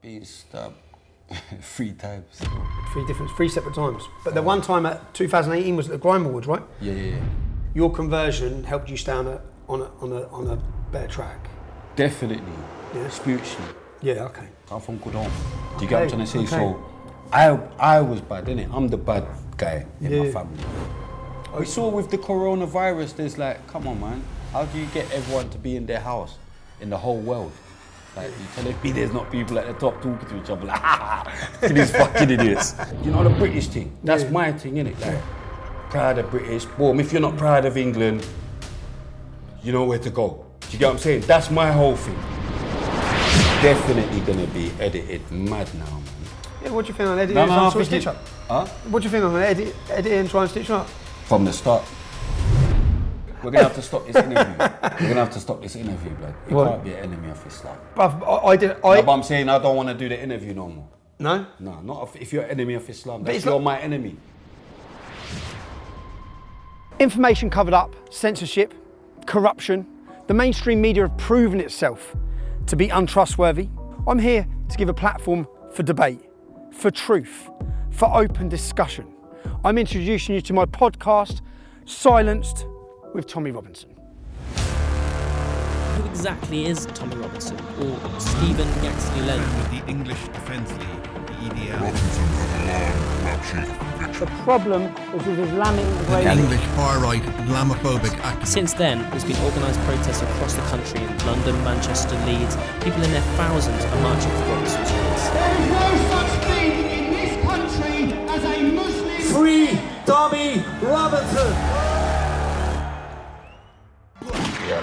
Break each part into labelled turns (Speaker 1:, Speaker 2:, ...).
Speaker 1: Being up three times.
Speaker 2: Three different, three separate times. But the one time at 2018 was at the Grime Awards, right?
Speaker 1: Yeah, yeah, yeah.
Speaker 2: Your conversion helped you stay on a on a on a, on a better track.
Speaker 1: Definitely.
Speaker 2: Yeah.
Speaker 1: Spiritually.
Speaker 2: Yeah. Okay.
Speaker 1: I'm from Gudong. Do you get what I'm trying to
Speaker 2: Okay,
Speaker 1: say?
Speaker 2: okay.
Speaker 1: So I I was bad, innit? I'm the bad guy in my
Speaker 2: Yeah.
Speaker 1: family. We saw with the coronavirus, there's like, come on, man. How do you get everyone to be in their house in the whole world? Like, you telling me there's not people at the top talking to each other, like, ha ha, ha, these fucking idiots. You know, the British thing. That's
Speaker 2: Yeah.
Speaker 1: my thing, innit? Like, proud of British. Boom, if you're not proud of England, you know where to go. Do you get what I'm saying? That's my whole thing definitely gonna be edited mad now, man.
Speaker 2: Yeah. What do you think on Eddie?
Speaker 1: No,
Speaker 2: and
Speaker 1: no,
Speaker 2: try
Speaker 1: I
Speaker 2: and try and
Speaker 1: think
Speaker 2: stitch
Speaker 1: it-
Speaker 2: up?
Speaker 1: Huh?
Speaker 2: What do you think on Eddie? Eddie and try and stitch up.
Speaker 1: From the start. We're gonna have to stop this interview. We're gonna have to stop this interview, blood. You
Speaker 2: What?
Speaker 1: can't be an enemy of Islam.
Speaker 2: Bruv, I, I did.
Speaker 1: No,
Speaker 2: I
Speaker 1: but I'm saying I don't want to do the interview no more.
Speaker 2: no.
Speaker 1: No, not if, if you're enemy of Islam. That's
Speaker 2: it's
Speaker 1: you're
Speaker 2: not-
Speaker 1: my enemy.
Speaker 2: Information covered up, censorship, corruption. The mainstream media have proven itself to be untrustworthy. I'm here to give a platform for debate, for truth, for open discussion. I'm introducing you to my podcast, Silenced with Tommy Robinson.
Speaker 3: Who exactly is Tommy Robertson or Stephen Yaxley Lane?
Speaker 4: with the English Defence League, the E EDL.
Speaker 2: The problem is with Islamic
Speaker 4: The
Speaker 2: invasion.
Speaker 4: English far right Islamophobic activists.
Speaker 3: Since then, there's been organised protests across the country in London, Manchester, Leeds. People in their thousands are marching for Robertson's release.
Speaker 5: There is no such thing in this country as a Muslim.
Speaker 6: Free Tommy Robinson!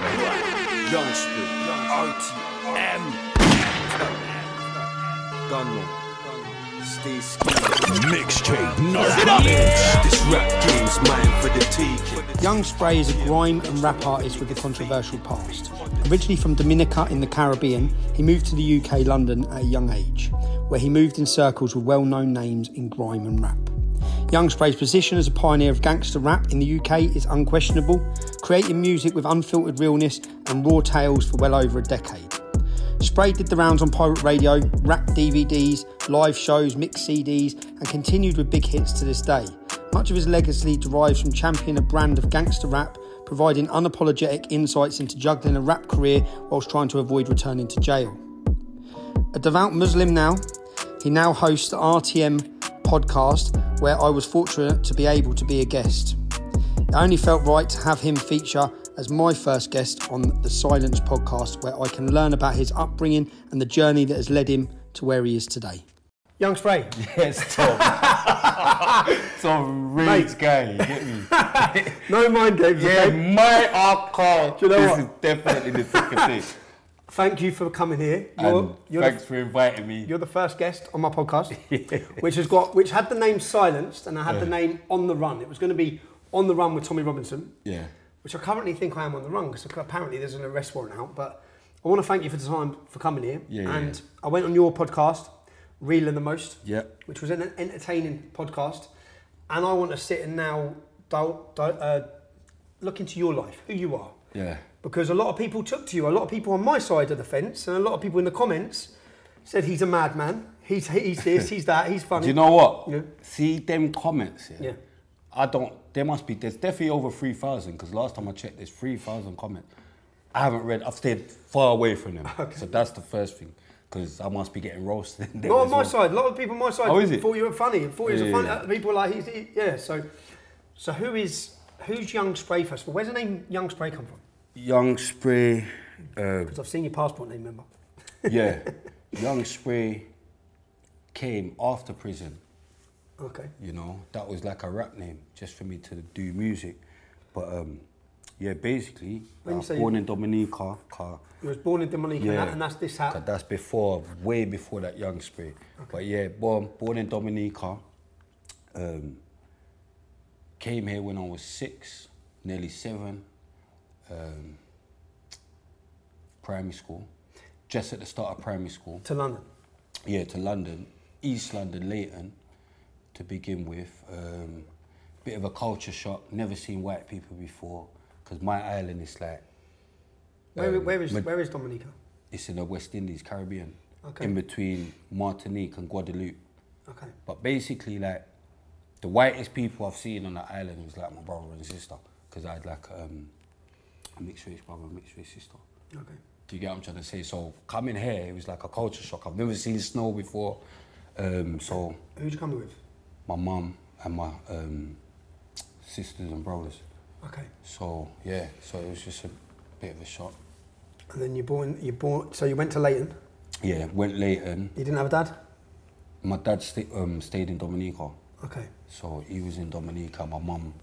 Speaker 7: Youngster, RTM, Gunman, Stay Mixtape, narcotics. This rap game's mine for the taking.
Speaker 2: Young Spray is a grime and rap artist with a controversial past. Originally from Dominica in the Caribbean, he moved to the UK, London, at a young age, where he moved in circles with well known names in grime and rap. Young Spray's position as a pioneer of gangster rap in the UK is unquestionable, creating music with unfiltered realness and raw tales for well over a decade. Spray did the rounds on pirate radio, rap DVDs, live shows, mixed CDs, and continued with big hits to this day. Much of his legacy derives from championing a brand of gangster rap, providing unapologetic insights into juggling a rap career whilst trying to avoid returning to jail. A devout Muslim now, he now hosts the RTM podcast, where I was fortunate to be able to be a guest. It only felt right to have him feature as my first guest on the Silence podcast, where I can learn about his upbringing and the journey that has led him to where he is today. Young Spray,
Speaker 1: Yes, Tom. Tom rage guy, you get me?
Speaker 2: no mind games.
Speaker 1: Yeah,
Speaker 2: okay?
Speaker 1: my alcohol.
Speaker 2: Do you know
Speaker 1: this
Speaker 2: what?
Speaker 1: is definitely the second thing.
Speaker 2: Thank you for coming here.
Speaker 1: And
Speaker 2: You're, you're,
Speaker 1: thanks
Speaker 2: the,
Speaker 1: for inviting me.
Speaker 2: you're the first guest on my podcast, which has got which had the name silenced, and I had the name on the run. It was going to be on the run with Tommy Robinson,
Speaker 1: Yeah.
Speaker 2: which I currently think I am on the run because apparently there's an arrest warrant out. But I want to thank you for the time for coming here.
Speaker 1: Yeah,
Speaker 2: and
Speaker 1: yeah.
Speaker 2: I went on your podcast, Reeling the Most,
Speaker 1: Yeah.
Speaker 2: which was an entertaining podcast. And I want to sit and now dil- dil- uh, look into your life, who you are.
Speaker 1: Yeah.
Speaker 2: Because a lot of people took to you, a lot of people on my side of the fence, and a lot of people in the comments said he's a madman. He's, he's this, he's that, he's funny.
Speaker 1: Do you know what?
Speaker 2: Yeah.
Speaker 1: See them comments. Yeah.
Speaker 2: Yeah.
Speaker 1: I don't. There must be. There's definitely over three thousand. Because last time I checked, there's three thousand comments. I haven't read. I've stayed far away from them. So that's the first thing. Because I must be getting roasted. in there
Speaker 2: Not on
Speaker 1: as
Speaker 2: my
Speaker 1: well.
Speaker 2: side. A lot of people on my side
Speaker 1: Oh, is it?
Speaker 2: thought you were funny. and Thought you was
Speaker 1: Yeah,
Speaker 2: a funny.
Speaker 1: yeah,
Speaker 2: uh, People were like he's he, yeah. So, so who is who's Young Spray first of all? Where's the name Young Spray come from?
Speaker 1: Young Spray.
Speaker 2: Because I've seen your passport name, remember?
Speaker 1: Yeah. Young Spray came after prison.
Speaker 2: Okay.
Speaker 1: you know that was like a rap name just for me to do music but um yeah basically I
Speaker 2: When you
Speaker 1: was
Speaker 2: say-
Speaker 1: born in dominica car
Speaker 2: You was born in Dominica, and, that, and that's this hat.
Speaker 1: that's before way before that young spray but yeah born born in dominica um came here when i was six nearly seven um primary school just at the start of primary school
Speaker 2: to London.
Speaker 1: yeah, to London, East London, Leighton, to begin with. Um, bit of a culture shock. Never seen white people before, because my island is like
Speaker 2: Where, where is
Speaker 1: Ma- Um,
Speaker 2: where is Dominica?
Speaker 1: it's in the West Indies, Caribbean.
Speaker 2: Okay.
Speaker 1: in between Martinique and Guadeloupe.
Speaker 2: Okay.
Speaker 1: But basically, like the whitest people I've seen on the island was like my brother and sister, because I had like um, a mixed race brother, and mixed race sister.
Speaker 2: Okay.
Speaker 1: Do you get what I'm trying to say? So coming here, it was like a culture shock. I've never seen snow before. Um, so
Speaker 2: Who'd you come with?
Speaker 1: my mum and my um, sisters and brothers.
Speaker 2: Okay.
Speaker 1: So yeah, so it was just a bit of a shock.
Speaker 2: And then you born. You born. So you went to Leighton.
Speaker 1: Yeah, went Leighton.
Speaker 2: You didn't have a dad.
Speaker 1: My dad sta- um, stayed in Dominica,
Speaker 2: Okay.
Speaker 1: so he was in Dominica. My mum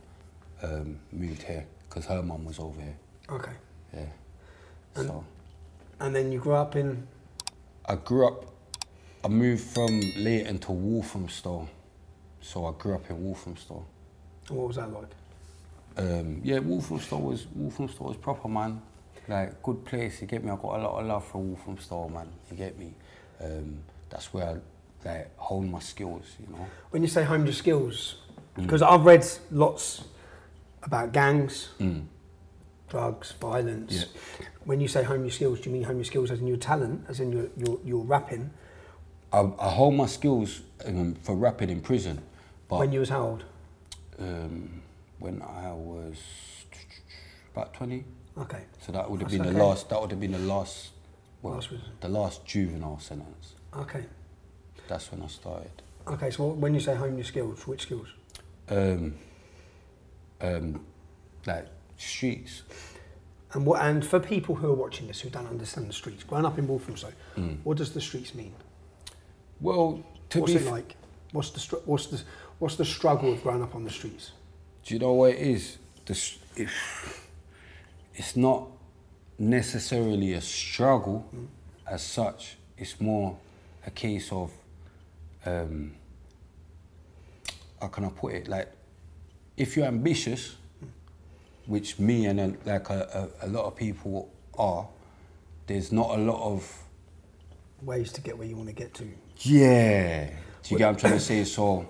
Speaker 1: um, moved here because her mum was over here.
Speaker 2: Okay.
Speaker 1: Yeah. So
Speaker 2: And then you grew up in.
Speaker 1: I grew up. I moved from Leighton to Walthamstow, so I grew up in Walthamstow.
Speaker 2: What was that like?
Speaker 1: Um, yeah, Walthamstow was Walthamstow was proper man. Like good place, you get me. I got a lot of love for Walthamstow, man. You get me. Um, that's where I like hone my skills, you know.
Speaker 2: When you say hone your skills,
Speaker 1: Mm.
Speaker 2: because I've read lots about gangs,
Speaker 1: Mm.
Speaker 2: drugs, violence. When you say hone your skills, do you mean hone your skills as in your talent, as in your your, your rapping?
Speaker 1: I, I hone my skills um, for rapping in prison, but
Speaker 2: When you was how old?
Speaker 1: um, when I was about twenty,
Speaker 2: Okay.
Speaker 1: so that would have
Speaker 2: That's
Speaker 1: been the
Speaker 2: okay.
Speaker 1: last. That would have been the last. Well,
Speaker 2: Last prison.
Speaker 1: the last juvenile sentence.
Speaker 2: Okay.
Speaker 1: That's when I started.
Speaker 2: Okay. So what, when you say hone your skills, which skills?
Speaker 1: Um, um, like streets.
Speaker 2: And what and for people who are watching this who don't understand the streets, growing up in Walthamstow, what does the streets mean?
Speaker 1: Well, to
Speaker 2: What's
Speaker 1: Mm. be
Speaker 2: it
Speaker 1: f-
Speaker 2: like? What's the str- what's the what's the struggle of growing up on the streets?
Speaker 1: do you know what it is? The, s- it, it's not necessarily a struggle as such. It's more a case of, um, how can I put it? Like, if you're ambitious, which me and a, like a, a, a lot of people are, there's not a lot of
Speaker 2: Ways to get where you want to get to.
Speaker 1: yeah. Do you get what I'm trying to say? So,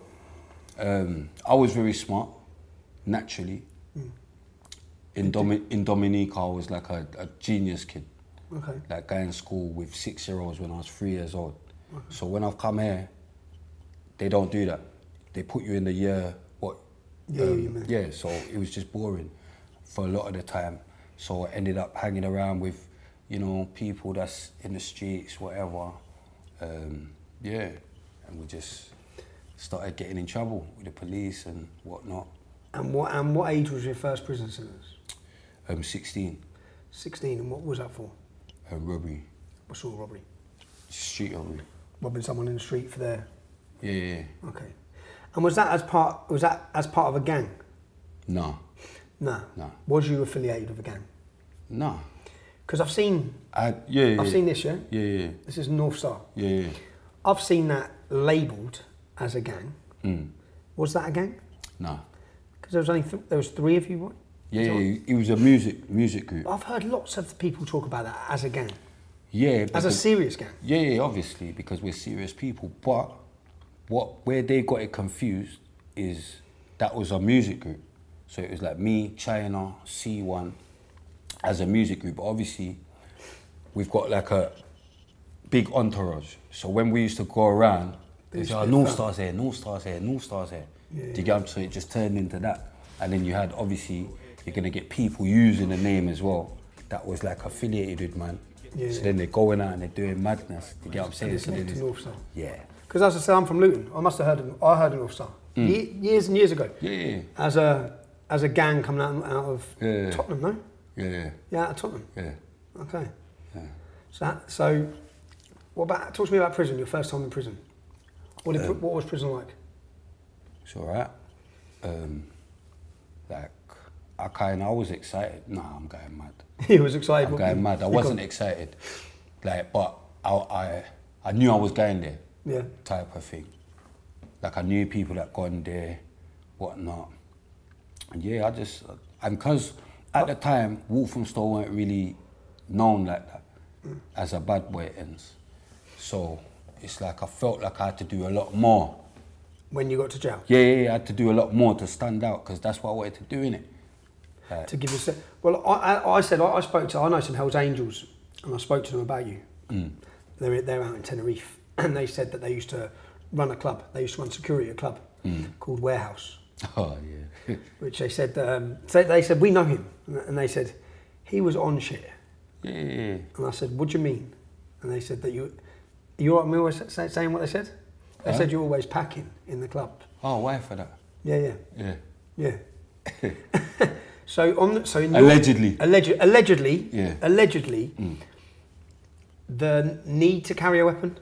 Speaker 1: um, I was very smart, naturally. In, Domi- in Dominica, I was like a, a genius kid.
Speaker 2: Okay.
Speaker 1: Like, going to school with six year olds when I was three years old. So, when I've come here, they don't do that. They put you in the year, what? um,
Speaker 2: Yeah, you mean.
Speaker 1: yeah, so it was just boring for a lot of the time. So, I ended up hanging around with, you know, people that's in the streets, whatever. Um, yeah, and we just started getting in trouble with the police and whatnot.
Speaker 2: And what and what age was your first prison sentence?
Speaker 1: Um, 16,
Speaker 2: Sixteen. And what was that for?
Speaker 1: um, robbery,
Speaker 2: What sort of robbery?
Speaker 1: street robbery.
Speaker 2: Robbing someone in the street for their
Speaker 1: Yeah, yeah, yeah.
Speaker 2: okay. And was that as part was that as part of a gang?
Speaker 1: Nah,
Speaker 2: No.
Speaker 1: No.
Speaker 2: Was you affiliated with a gang?
Speaker 1: nah.
Speaker 2: Because I've seen
Speaker 1: I, yeah, yeah.
Speaker 2: I've seen this, yeah.
Speaker 1: Yeah, yeah,
Speaker 2: This is North Star.
Speaker 1: yeah, yeah.
Speaker 2: I've seen that labelled as a gang. Was that a gang?
Speaker 1: Nah.
Speaker 2: Because there was only th- there was three of you. What?
Speaker 1: Yeah, yeah, it- it was a music music group.
Speaker 2: I've heard lots of people talk about that as a gang,
Speaker 1: Yeah,
Speaker 2: as a
Speaker 1: because-
Speaker 2: serious gang.
Speaker 1: Yeah, yeah, obviously, because we're serious people. But what where they got it confused is that was a music group. So it was like me, China, C1 as a music group. But obviously, we've got like a big entourage. So when we used to go around, there's like, North Stars here, North Stars here, North Stars here. Do you get what I'm saying? It just turned into that. And then you had, obviously, you're going to get people using the name as well that was like affiliated with man. So then they're going out and they're doing madness. You get what I'm saying? So then
Speaker 2: Connected to
Speaker 1: it's-
Speaker 2: North Star.
Speaker 1: yeah.
Speaker 2: Because as I said, I'm from Luton. I must have heard of I heard of North Star
Speaker 1: Mm.
Speaker 2: Ye- years and years ago.
Speaker 1: Yeah, yeah,
Speaker 2: As a as a gang coming out, out of
Speaker 1: Yeah, yeah.
Speaker 2: Tottenham, no?
Speaker 1: yeah, yeah,
Speaker 2: Yeah, out of Tottenham.
Speaker 1: yeah.
Speaker 2: Okay. So that, so what about talk to me about prison? Your first time in prison. What
Speaker 1: Uh,
Speaker 2: did, pri- what was prison like?
Speaker 1: It's all right. Um, like, I kind of, I was excited. Nah, I'm going mad.
Speaker 2: he was excited.
Speaker 1: I'm
Speaker 2: what-
Speaker 1: going mad. I
Speaker 2: you
Speaker 1: wasn't
Speaker 2: got-
Speaker 1: excited, like, but I, I, I knew I was going there,
Speaker 2: Yeah.
Speaker 1: type of thing. Like I knew people that gone there, whatnot, and yeah, I just and because at the time Walthamstow weren't really known like that as a bad boy ends, so it's like I felt like I had to do a lot more.
Speaker 2: When you got to jail.
Speaker 1: Yeah, yeah, yeah, I had to do a lot more to stand out because that's what I wanted to do in it.
Speaker 2: to give yourself. Well, I, I, I said I, I spoke to I know some Hell's Angels, and I spoke to them about you. they were, they were out in Tenerife, and they said that they used to run a club. They used to run security at a club called Warehouse,
Speaker 1: Oh yeah.
Speaker 2: which they said um, so they said we know him, and they said he was on shit.
Speaker 1: yeah, yeah,
Speaker 2: And I said, "What do you mean?" And they said that you, you are me always say, saying what they said. They said you're always packing in the club.
Speaker 1: Oh, why for that?
Speaker 2: Yeah, yeah,
Speaker 1: Yeah.
Speaker 2: yeah. so on, the, so in
Speaker 1: Allegedly.
Speaker 2: alleged, allegedly,
Speaker 1: Yeah. Mm.
Speaker 2: allegedly, the need to carry a weapon.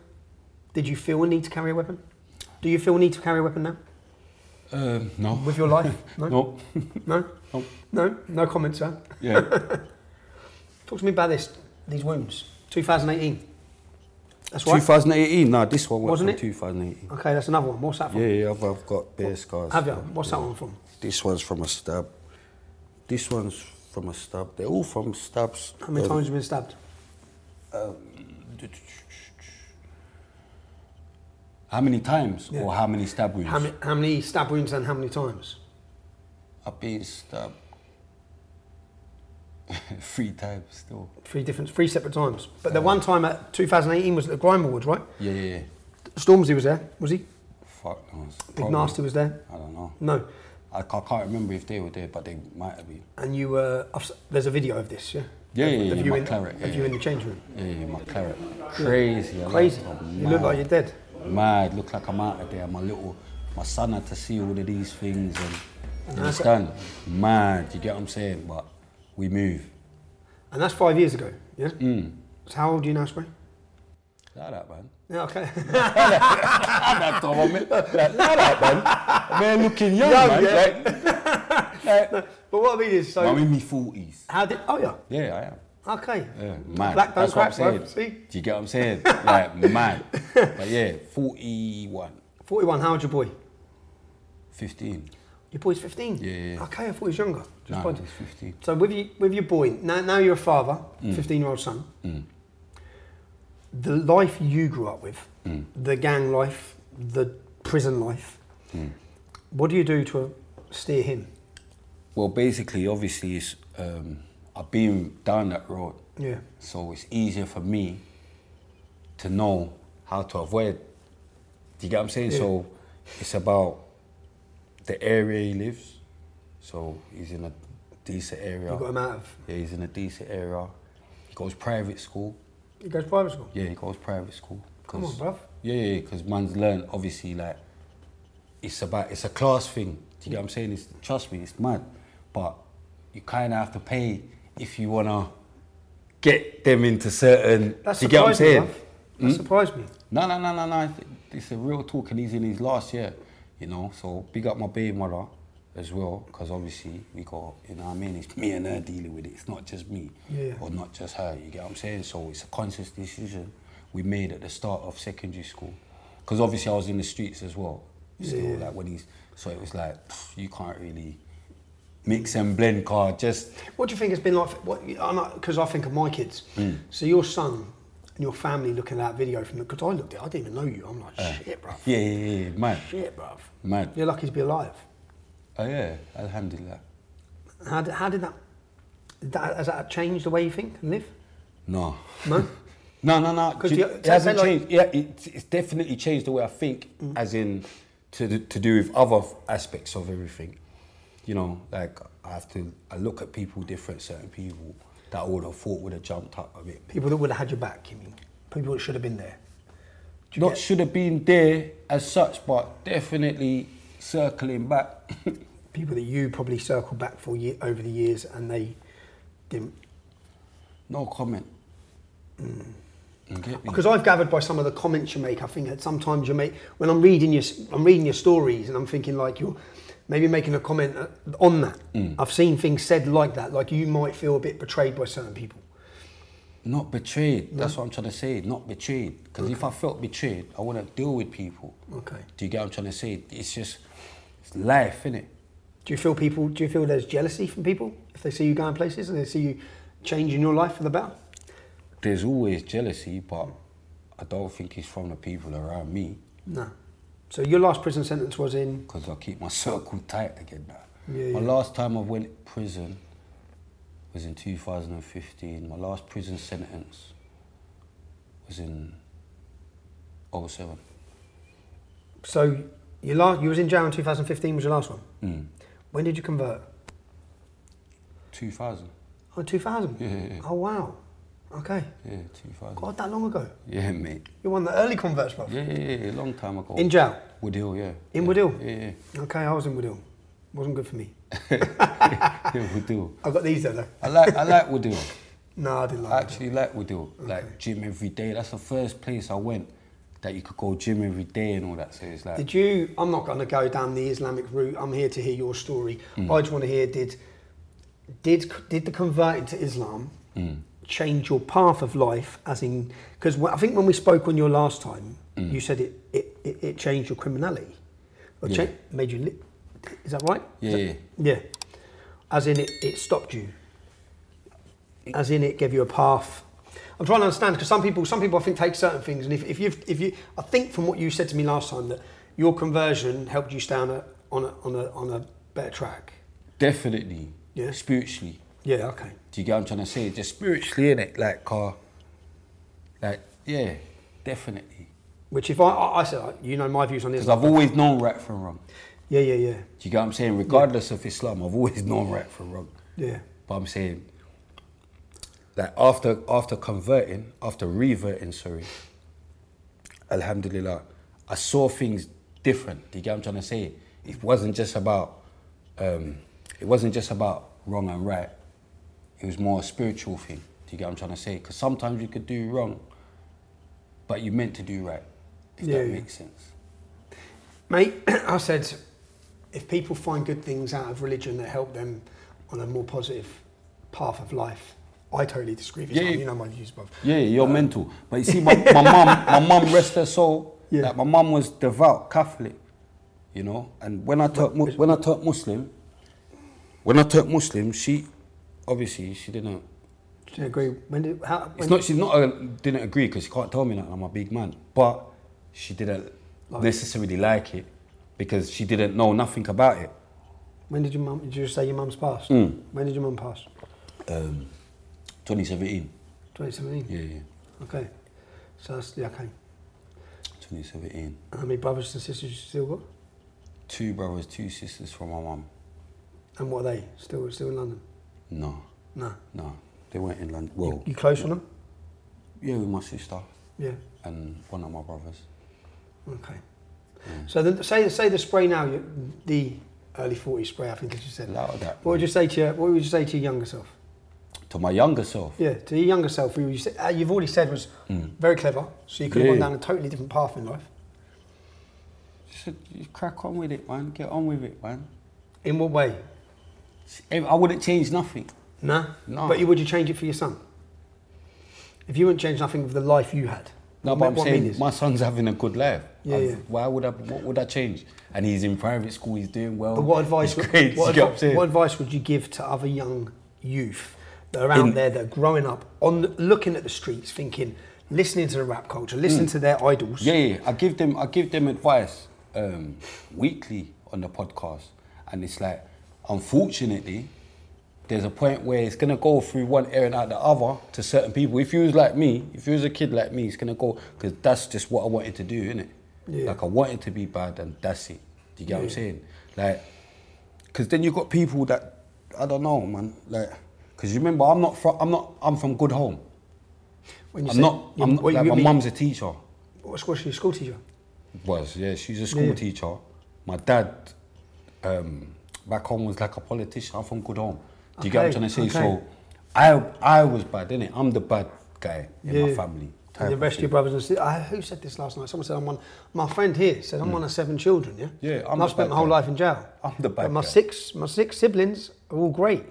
Speaker 2: Did you feel a need to carry a weapon? Do you feel a need to carry a weapon now
Speaker 1: Um, no.
Speaker 2: with your life? No,
Speaker 1: no.
Speaker 2: no,
Speaker 1: No.
Speaker 2: no, no comment, sir.
Speaker 1: Yeah.
Speaker 2: Talk to me about this. These wounds. 2018. That's right.
Speaker 1: 2018. No, this one was
Speaker 2: Wasn't
Speaker 1: from
Speaker 2: it?
Speaker 1: 2018.
Speaker 2: Okay, that's another one. What's that from?
Speaker 1: Yeah, yeah. I've, I've got bare scars.
Speaker 2: Have you? What's that one from?
Speaker 1: This one's from a stab. This one's from a stab. They're all from stabs.
Speaker 2: How many
Speaker 1: Um,
Speaker 2: times have you been stabbed?
Speaker 1: How many times
Speaker 2: Yeah.
Speaker 1: or how many stab wounds?
Speaker 2: How, many, how many stab wounds and how many times?
Speaker 1: I've been stabbed three times still.
Speaker 2: Three different, three separate times. But the one time at 2018 was at the Grime Awards, right?
Speaker 1: Yeah, yeah, yeah.
Speaker 2: Stormzy was there, was he? Big
Speaker 1: Fuck knows.
Speaker 2: Nasty was there.
Speaker 1: I don't know.
Speaker 2: No,
Speaker 1: I, ca- can't remember if they were there, but they might have been.
Speaker 2: and you were. I've s- There's a video of this, yeah.
Speaker 1: Yeah, yeah, yeah.
Speaker 2: Of you
Speaker 1: my
Speaker 2: in,
Speaker 1: claret. Yeah, Oh,
Speaker 2: of you in the change room.
Speaker 1: yeah, yeah, my claret. Crazy. I
Speaker 2: Crazy.
Speaker 1: look- I'm
Speaker 2: You look
Speaker 1: mad.
Speaker 2: like you're dead.
Speaker 1: Mad. Look like I'm out of there. My little, my son had to see all of these things and you
Speaker 2: that's-
Speaker 1: understand. Mad. You get what I'm saying? But we move.
Speaker 2: And that's five years ago, yeah.
Speaker 1: Mm.
Speaker 2: So how old are you now, Spray?
Speaker 1: Like that, man.
Speaker 2: Yeah, okay.
Speaker 1: Like that, man. Like that, man. Man, looking young,
Speaker 2: Young,
Speaker 1: man.
Speaker 2: yeah.
Speaker 1: Like,
Speaker 2: but what I mean is, so
Speaker 1: I'm in my forties.
Speaker 2: how did? Oh yeah.
Speaker 1: Yeah, I am.
Speaker 2: Okay.
Speaker 1: Yeah, mad.
Speaker 2: Black don't
Speaker 1: That's what I'm
Speaker 2: crack,
Speaker 1: saying.
Speaker 2: bro. See,
Speaker 1: Do you get what I'm saying? Like mad. But yeah, 41,
Speaker 2: 41. How old's your boy?
Speaker 1: 15.
Speaker 2: Your boy's 15.
Speaker 1: Yeah, yeah, yeah.
Speaker 2: Okay, I thought he was younger. Just
Speaker 1: No,
Speaker 2: by-
Speaker 1: he's 15.
Speaker 2: So with you, with your boy, now, now you're a father,
Speaker 1: Mm.
Speaker 2: 15 year old son. The life you grew up with,
Speaker 1: Mm.
Speaker 2: the gang life, the prison life.
Speaker 1: Mm.
Speaker 2: What do you do to steer him?
Speaker 1: Well, basically, obviously, it's um, I've been down that road,
Speaker 2: Yeah.
Speaker 1: so it's easier for me to know how to avoid. Do you get what I'm saying? So it's about the area he lives. So he's in a decent area.
Speaker 2: You got him out of.
Speaker 1: Yeah, he's in a decent area. He goes private school.
Speaker 2: He goes private school.
Speaker 1: Yeah, he goes private school.
Speaker 2: Come on,
Speaker 1: 'Cause-
Speaker 2: bruv.
Speaker 1: Yeah, yeah, because man's learned obviously like it's about it's a class thing. Do you get what I'm saying? It's trust me, it's mad, but you kind of have to pay if you wanna get them into certain.
Speaker 2: That
Speaker 1: do you get what I'm
Speaker 2: surprised me.
Speaker 1: saying? Mm.
Speaker 2: bruv. That surprised me.
Speaker 1: No, no, no, no, no. It's a real talk, and he's in his last year, you know. So big up my baby mother as well, because obviously we got, you know, what I mean, it's me and her dealing with it. It's not just me
Speaker 2: Yeah.
Speaker 1: or not just her. You get what I'm saying? So it's a conscious decision we made at the start of secondary school, because obviously I was in the streets as well. Still, like when he's, so it was like pff, you can't really mix and blend. Car just
Speaker 2: What do you think it's been like? Because I think of my kids.
Speaker 1: Mm.
Speaker 2: So your son and your family looking at that video from because I looked at it, I didn't even know you. I'm like, shit, bruv.
Speaker 1: yeah, Mm. yeah, yeah, yeah, mad,
Speaker 2: Shit, bruv.
Speaker 1: mad.
Speaker 2: You're lucky to be alive.
Speaker 1: Oh yeah, alhamdulillah.
Speaker 2: How did, how did that, did that- Has that changed the way you think and live?
Speaker 1: No.
Speaker 2: No?
Speaker 1: No, no, no.
Speaker 2: 'Cause
Speaker 1: Ju-
Speaker 2: the-
Speaker 1: it
Speaker 2: so-
Speaker 1: hasn't
Speaker 2: so like-
Speaker 1: changed. Yeah, it, it's definitely changed the way I think, as in to do- to do with other f- aspects of everything. You know, like I have to I look at people different, certain people that I would have thought would have jumped up a bit.
Speaker 2: People that would have had your back, you mean? People that should have been there.
Speaker 1: Not
Speaker 2: get-
Speaker 1: should have been there as such, but definitely circling back.
Speaker 2: People that you probably circled back for ye over the years and they didn't.
Speaker 1: no comment. You get me?
Speaker 2: Because I've gathered by some of the comments you make, I think that sometimes you make, when I'm reading your, s- I'm reading your stories and I'm thinking like you're maybe making a comment uh, on that. I've seen things said like that, like you might feel a bit betrayed by certain people.
Speaker 1: Not betrayed. That's what I'm trying to say. Not betrayed. Because if I felt betrayed, I wouldn't deal with people.
Speaker 2: Okay.
Speaker 1: Do you get what I'm trying to say? It's just it's life, innit?
Speaker 2: Do you feel people? Do you feel there's jealousy from people if they see you going places and they see you changing your life for the better?
Speaker 1: There's always jealousy, but I don't think it's from the people around me
Speaker 2: No. So your last prison sentence was in.
Speaker 1: because I keep my circle tight again now.
Speaker 2: Yeah,
Speaker 1: my
Speaker 2: yeah.
Speaker 1: last time I went prison was in 2015. My last prison sentence was was in 07.
Speaker 2: So you last you was in jail in 2015 was your last one.
Speaker 1: Hmm.
Speaker 2: When did you convert?
Speaker 1: 2000.
Speaker 2: Oh, 2000.
Speaker 1: Yeah, yeah, yeah.
Speaker 2: Oh wow. Okay.
Speaker 1: Yeah, 2000.
Speaker 2: God, that long ago.
Speaker 1: Yeah, mate.
Speaker 2: You're one of the early converts, bro.
Speaker 1: Yeah, yeah, yeah, yeah, long time ago.
Speaker 2: In jail.
Speaker 1: Wood Hill, yeah. yeah.
Speaker 2: In Wood Hill?
Speaker 1: Yeah, yeah.
Speaker 2: Okay, I was in Woodhill. Wasn't good for me.
Speaker 1: yeah Wood Hill.
Speaker 2: I got these there though.
Speaker 1: I like, I like Wood Hill.
Speaker 2: No, I didn't
Speaker 1: I
Speaker 2: like.
Speaker 1: actually like Woodhill. Like gym every day. That's the first place I went that you could go gym every day and all that. So it's like,
Speaker 2: it. Did you? I'm not going to go down the Islamic route. I'm here to hear your story.
Speaker 1: Mm.
Speaker 2: I just want to hear did did did the converting to Islam
Speaker 1: Mm.
Speaker 2: change your path of life? As in, because I think when we spoke on your last time,
Speaker 1: Mm.
Speaker 2: you said it it, it it changed your criminality. Or
Speaker 1: Yeah.
Speaker 2: cha- made you. Li- is that right? Is
Speaker 1: Yeah,
Speaker 2: that- yeah. As in, it, it stopped you. as in it gave you a path. I'm trying to understand because some people, some people I think take certain things, and if, if you, if you, I think from what you said to me last time that your conversion helped you stay on a on a on a, on a better track.
Speaker 1: definitely,
Speaker 2: Yeah.
Speaker 1: spiritually.
Speaker 2: Yeah. Okay.
Speaker 1: Do you get what I'm trying to say? Just spiritually in it, like, car, like, yeah, definitely.
Speaker 2: Which if I, I, I said like, you know my views on
Speaker 1: Because
Speaker 2: Islam.
Speaker 1: I've always known right from wrong.
Speaker 2: Yeah. Yeah. Yeah.
Speaker 1: Do you get what I'm saying? Regardless of Islam, I've always known right from wrong.
Speaker 2: Yeah.
Speaker 1: But I'm saying that after after converting, after reverting, sorry, Alhamdulillah, I saw things different. Do you get what I'm trying to say? It wasn't just about um, it wasn't just about wrong and right. It was more a spiritual thing. Do you get what I'm trying to say? Because sometimes you could do wrong, but you meant to do right. If
Speaker 2: Yeah,
Speaker 1: that
Speaker 2: yeah.
Speaker 1: makes sense.
Speaker 2: Mate, I said if people find good things out of religion that help them on a more positive path of life, I totally disagree. with
Speaker 1: Yeah,
Speaker 2: Islam.
Speaker 1: yeah.
Speaker 2: You know my views, bruv.
Speaker 1: Yeah, you're mental. But you see, my, my mum, my mum, rest her soul.
Speaker 2: Yeah.
Speaker 1: Like my mum was devout Catholic, you know. And when I taught mu- when I taught Muslim, when I taught Muslim, she obviously she didn't.
Speaker 2: Do you agree? When did how? When,
Speaker 1: It's not she's not uh didn't agree because she can't tell me that I'm a big man. But she didn't necessarily like it because she didn't know nothing about it.
Speaker 2: When did your mum? Did you say your mum's passed?
Speaker 1: Hmm.
Speaker 2: When did your mum pass?
Speaker 1: Um, 2017.
Speaker 2: 2017.
Speaker 1: Yeah, yeah.
Speaker 2: Okay. So that's yeah, okay.
Speaker 1: 2017.
Speaker 2: And how many brothers and sisters you still got?
Speaker 1: Two brothers, two sisters from my mum.
Speaker 2: And what are they? Still still in London?
Speaker 1: No,
Speaker 2: No.
Speaker 1: no, they weren't in London. Well,
Speaker 2: You close on them?
Speaker 1: Yeah, with my sister
Speaker 2: Yeah.
Speaker 1: and one of my brothers.
Speaker 2: Okay.
Speaker 1: Hmm.
Speaker 2: So then, say say the spray now, you, the early 40s spray. I think as you said.
Speaker 1: A lot of that.
Speaker 2: What would you say to your What would you say to your younger self?
Speaker 1: To my younger self.
Speaker 2: Yeah, to your younger self, who you said, uh, you've already said was very clever. So you could have
Speaker 1: Hmm. Yeah.
Speaker 2: gone down a totally different path in life.
Speaker 1: Just, just crack on with it, man. Get on with it, man.
Speaker 2: In what way?
Speaker 1: I wouldn't change nothing.
Speaker 2: Nah.
Speaker 1: No.
Speaker 2: But you, would you change it for your son? If you wouldn't change nothing of the life you had.
Speaker 1: No, but
Speaker 2: What
Speaker 1: I'm
Speaker 2: I mean
Speaker 1: saying
Speaker 2: is-
Speaker 1: my son's having a good life.
Speaker 2: Yeah,
Speaker 1: I've-
Speaker 2: yeah.
Speaker 1: Why would I? What would I change? And he's in private school. He's doing well.
Speaker 2: But what advice?
Speaker 1: He's
Speaker 2: Would,
Speaker 1: great.
Speaker 2: what,
Speaker 1: you get
Speaker 2: advi-
Speaker 1: what I'm saying?
Speaker 2: what advice would you give to other young youth that are out
Speaker 1: In-
Speaker 2: there that are growing up on looking at the streets, thinking, listening to the rap culture, listening to their idols?
Speaker 1: Mm. Yeah, yeah. I give them I give them advice um, weekly on the podcast, and it's like, unfortunately, there's a point where it's gonna go through one ear and out the other to certain people. If you was like me, if you was a kid like me, it's gonna go because that's just what I wanted to do, innit?
Speaker 2: Yeah.
Speaker 1: Like I wanted to be bad, and that's it. Do you get what I'm saying? Like, because then you got people that I don't know, man. Like, because remember, I'm not from I'm not I'm from good home.
Speaker 2: When
Speaker 1: I'm
Speaker 2: say-
Speaker 1: not.
Speaker 2: you-
Speaker 1: I'm not
Speaker 2: what
Speaker 1: like
Speaker 2: you
Speaker 1: my
Speaker 2: mean-
Speaker 1: mum's a teacher.
Speaker 2: What's what's your school teacher?
Speaker 1: Was yeah, she's a school
Speaker 2: Yeah.
Speaker 1: teacher. My dad um, back home was like a politician. I'm from good home. Do you get what I'm
Speaker 2: Okay,
Speaker 1: trying to say?
Speaker 2: okay.
Speaker 1: So I I was bad, innit? I'm the bad guy in my
Speaker 2: Yeah.
Speaker 1: family. type
Speaker 2: And the
Speaker 1: of
Speaker 2: rest of your
Speaker 1: thing.
Speaker 2: brothers and sisters. I, who said this last night? Someone said I'm one. My friend here said I'm one of seven children. Yeah.
Speaker 1: Hmm. Yeah, I'm
Speaker 2: And
Speaker 1: the
Speaker 2: I've spent
Speaker 1: bad
Speaker 2: my whole
Speaker 1: guy.
Speaker 2: life in jail.
Speaker 1: I'm the bad
Speaker 2: But my
Speaker 1: guy. Hmm.
Speaker 2: six, my six siblings are all great.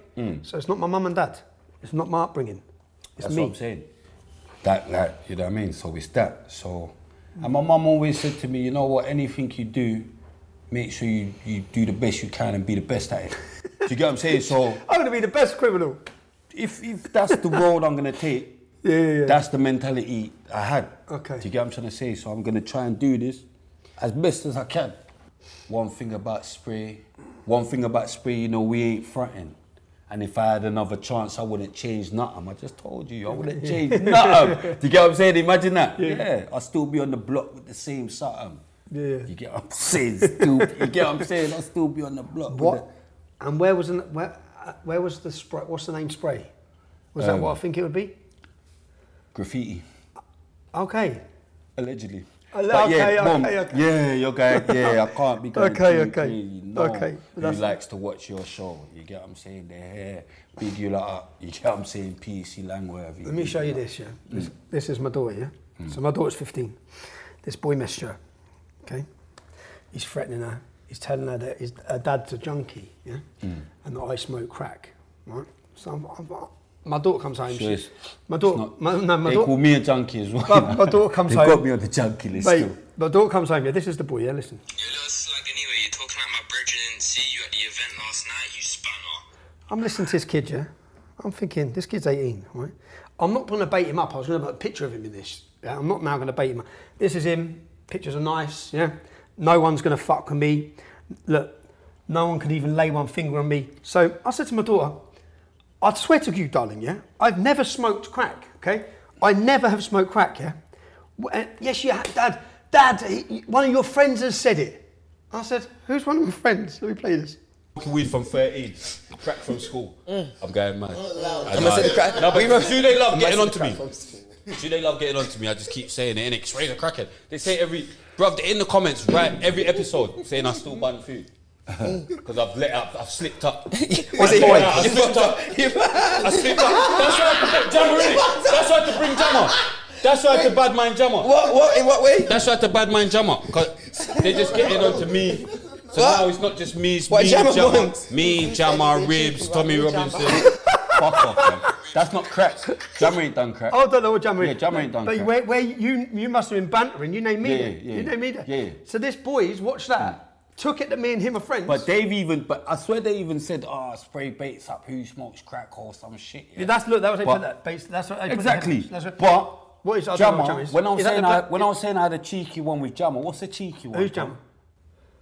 Speaker 2: So it's not my mum and dad. It's not my upbringing. It's
Speaker 1: That's
Speaker 2: me.
Speaker 1: what I'm saying. That like you know what I mean. So it's that. So and my mum always said to me, you know what? Anything you do, make sure you, you do the best you can and be the best at it. do you get what I'm saying? So
Speaker 2: I'm gonna be the best criminal.
Speaker 1: if if that's the road I'm gonna take,
Speaker 2: Yeah, yeah, yeah.
Speaker 1: that's the mentality I had.
Speaker 2: Okay.
Speaker 1: Do you get what I'm trying to say? So I'm gonna try and do this as best as I can. One thing about spray, one thing about spray, you know, we ain't fronting. And if I had another chance, I wouldn't change nothing. I just told you, I wouldn't change nothing. Do you get what I'm saying? Imagine that. Yeah. I'd still be on the block with the same something.
Speaker 2: Yeah.
Speaker 1: You get what I'm saying? Still, you get what I'm saying? I'd still be on the block. with
Speaker 2: What? And where was an, where, uh, where was the spray? What's the name spray? Was
Speaker 1: Uh,
Speaker 2: that what I think it would be?
Speaker 1: the graffiti.
Speaker 2: Okay.
Speaker 1: Allegedly.
Speaker 2: Alle-
Speaker 1: But
Speaker 2: okay,
Speaker 1: yeah,
Speaker 2: okay, okay.
Speaker 1: Yeah, your guy. Yeah, I can't be going
Speaker 2: Okay,
Speaker 1: too
Speaker 2: okay,
Speaker 1: crazy. No,
Speaker 2: okay,
Speaker 1: Who
Speaker 2: that's-
Speaker 1: likes to watch your show? You get what I'm saying? Their hair, big you lot up. You get what I'm saying? PC Lang, wherever.
Speaker 2: Let me show you this, yeah.
Speaker 1: Mm.
Speaker 2: This, this is my daughter, yeah. So my daughter's 15. This boy messaged her, okay? He's threatening her. He's telling her that his, her dad's a junkie, yeah?
Speaker 1: Mm.
Speaker 2: And that I smoke crack, right? So I'm, I'm, my daughter comes home.
Speaker 1: Sure
Speaker 2: she-
Speaker 1: is.
Speaker 2: my daughter,
Speaker 1: not-
Speaker 2: my, no, my
Speaker 1: They
Speaker 2: daughter,
Speaker 1: call me a junkie as well.
Speaker 2: My- my daughter comes
Speaker 1: they
Speaker 2: home.
Speaker 1: got me on the junkie list.
Speaker 2: mate,
Speaker 1: still.
Speaker 2: my daughter comes home, yeah. This is the boy, yeah. Listen,
Speaker 8: You little slug anyway, you're talking like my bridge and didn't see you at the event last night, you spanner.
Speaker 2: I'm listening to this kid, yeah. I'm thinking this kid's 18, right? I'm not going to bait him up. I was going to put a picture of him in this. Yeah? I'm not now going to bait him up. This is him. Pictures are nice, yeah. No one's going to fuck with me. Look, no one could even lay one finger on me. So I said to my daughter, I swear to you, darling, yeah, I've never smoked crack, okay? I never have smoked crack, yeah? W- uh, Yes, you have, Dad. Dad, he- he- one of your friends has said it. I said, who's one of my friends? Let me play this.
Speaker 9: Weed from 13, crack from school.
Speaker 1: I'm going mad.
Speaker 9: And I- No, but do they love getting onto me? Do they love getting onto me? I just keep saying it, innit? Straight a crackhead. They say every, bruv, they're in the comments, right? Every episode saying I still bun food. Because I've let up, I've slipped up. Was it I slipped up. I slipped up. That's why I had to get Jammer, innit? That's why I had to bring Jammer. That's why I had to bad mind Jammer.
Speaker 10: What? What? In what way?
Speaker 9: That's why I had to bad mind Jammer. Because they're just getting onto me. So now it's not just me, it's
Speaker 10: What
Speaker 9: me,
Speaker 10: Jammer
Speaker 9: Jammer.
Speaker 10: wants?
Speaker 9: Me, Jammer, Ribs, Tommy Robinson.
Speaker 1: Fuck off, man. That's not crack. Jammer ain't done crack.
Speaker 2: Oh, I don't know what Jammer
Speaker 1: Yeah,
Speaker 2: is.
Speaker 1: Jammer ain't done
Speaker 2: But
Speaker 1: crack.
Speaker 2: where, where you you must have been bantering. You know me.
Speaker 1: Yeah,
Speaker 2: then.
Speaker 1: yeah,
Speaker 2: You know me. then.
Speaker 1: yeah, yeah. Hmm.
Speaker 2: So this boy's watched that. Took it that me and him are friends.
Speaker 1: But they've even, but I swear they even said, oh, spray baits up who smokes crack or some shit. yeah.
Speaker 2: Yeah, that's look. That was
Speaker 1: But-
Speaker 2: but, that. Base, that's what they put
Speaker 1: Exactly.
Speaker 2: that- That's what,
Speaker 1: but
Speaker 2: what is I don't know what Jammer
Speaker 1: Jammer,
Speaker 2: is.
Speaker 1: when I was
Speaker 2: Is that
Speaker 1: saying
Speaker 2: the
Speaker 1: I,
Speaker 2: black-
Speaker 1: when I was saying I had a cheeky one with Jammer, what's a cheeky one?
Speaker 2: Who's Jammer?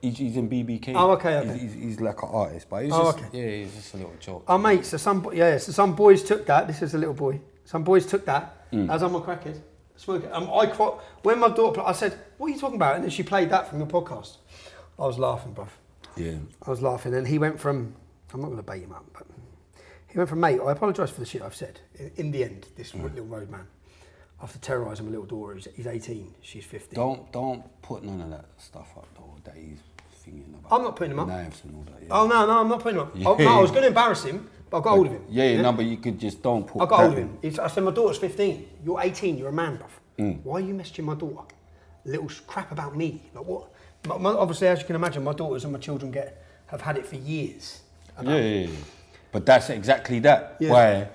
Speaker 1: He's, he's in BBK.
Speaker 2: Oh, okay, okay.
Speaker 1: He's, he's, he's like an artist, but he's
Speaker 2: Oh,
Speaker 1: just,
Speaker 2: okay.
Speaker 1: yeah, he's just a little joke.
Speaker 2: Our Oh, mate. So some bo- yeah. So some boys took that. This is a little boy. Some boys took that
Speaker 1: Hmm.
Speaker 2: as I'm a crackhead. Smoke it. Um, I quite, when my daughter, pla- I said, "What are you talking about?" And then she played that from your podcast. I was laughing, bruv.
Speaker 1: yeah.
Speaker 2: I was laughing, and he went from, I'm not going to bait him up, but he went from, mate, I apologise for the shit I've said. In, in the end, this
Speaker 1: Mm.
Speaker 2: little road man, after terrorising my little daughter, he's, he's 18, she's 15.
Speaker 1: Don't don't put none of that stuff up though that he's thinking about.
Speaker 2: I'm not putting him up.
Speaker 1: Knives and all that. Yeah.
Speaker 2: Oh, no, no, I'm not putting him up. Oh, no, I was going to embarrass him, but I got hold of him.
Speaker 1: Yeah, yeah, no, but you could just don't put.
Speaker 2: I Oh, got hold of
Speaker 1: that
Speaker 2: him. He's, I said, my daughter's 15, you're 18, you're a man, bruv.
Speaker 1: Mm.
Speaker 2: Why are you messaging my daughter? Little s- crap about me. Like, what? My, my, obviously, as you can imagine, my daughters and my children get have had it for years.
Speaker 1: Yeah, yeah, yeah. But that's exactly that.
Speaker 2: Yeah.
Speaker 1: Why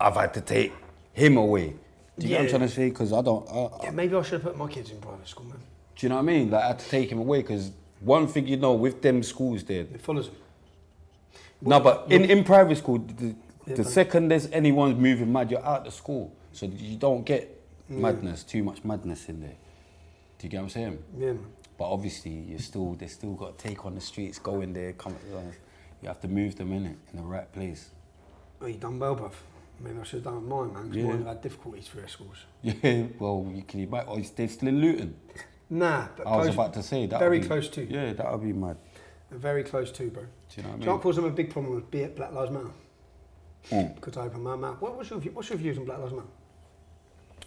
Speaker 1: I've had to take him away. Do you get what
Speaker 2: Yeah.
Speaker 1: I'm trying to say? Because I don't. I, I-
Speaker 2: Yeah, maybe I should have put my kids in private school, man.
Speaker 1: do you know what I mean? Like I had to take him away because one thing you know with them schools there.
Speaker 2: It follows them.
Speaker 1: No, but in, in private school, the, the second there's anyone's moving mad, you're out of school. So you don't get madness, too much madness in there. Do you get what I'm saying?
Speaker 2: Yeah, man.
Speaker 1: But obviously, you still they still got to take on the streets, go in there, come. You have to move them in it in the right place.
Speaker 2: Oh, you done well, bruv. Maybe I should have done mine, man, because
Speaker 1: Yeah.
Speaker 2: mine have had difficulties through their schools.
Speaker 1: Yeah, well, you can you oh, back? Or they're still in Luton.
Speaker 2: Nah, but
Speaker 1: I was
Speaker 2: close-
Speaker 1: about to say that.
Speaker 2: Very
Speaker 1: be,
Speaker 2: close to.
Speaker 1: Yeah, that would be mad.
Speaker 2: Very close to, bro. Do
Speaker 1: you know what I
Speaker 2: Do you
Speaker 1: mean? Mm.
Speaker 2: cause them a big problem with be it Black Lives Matter? Because I open my mouth. What, what's, your, view- what's your views on Black Lives Matter?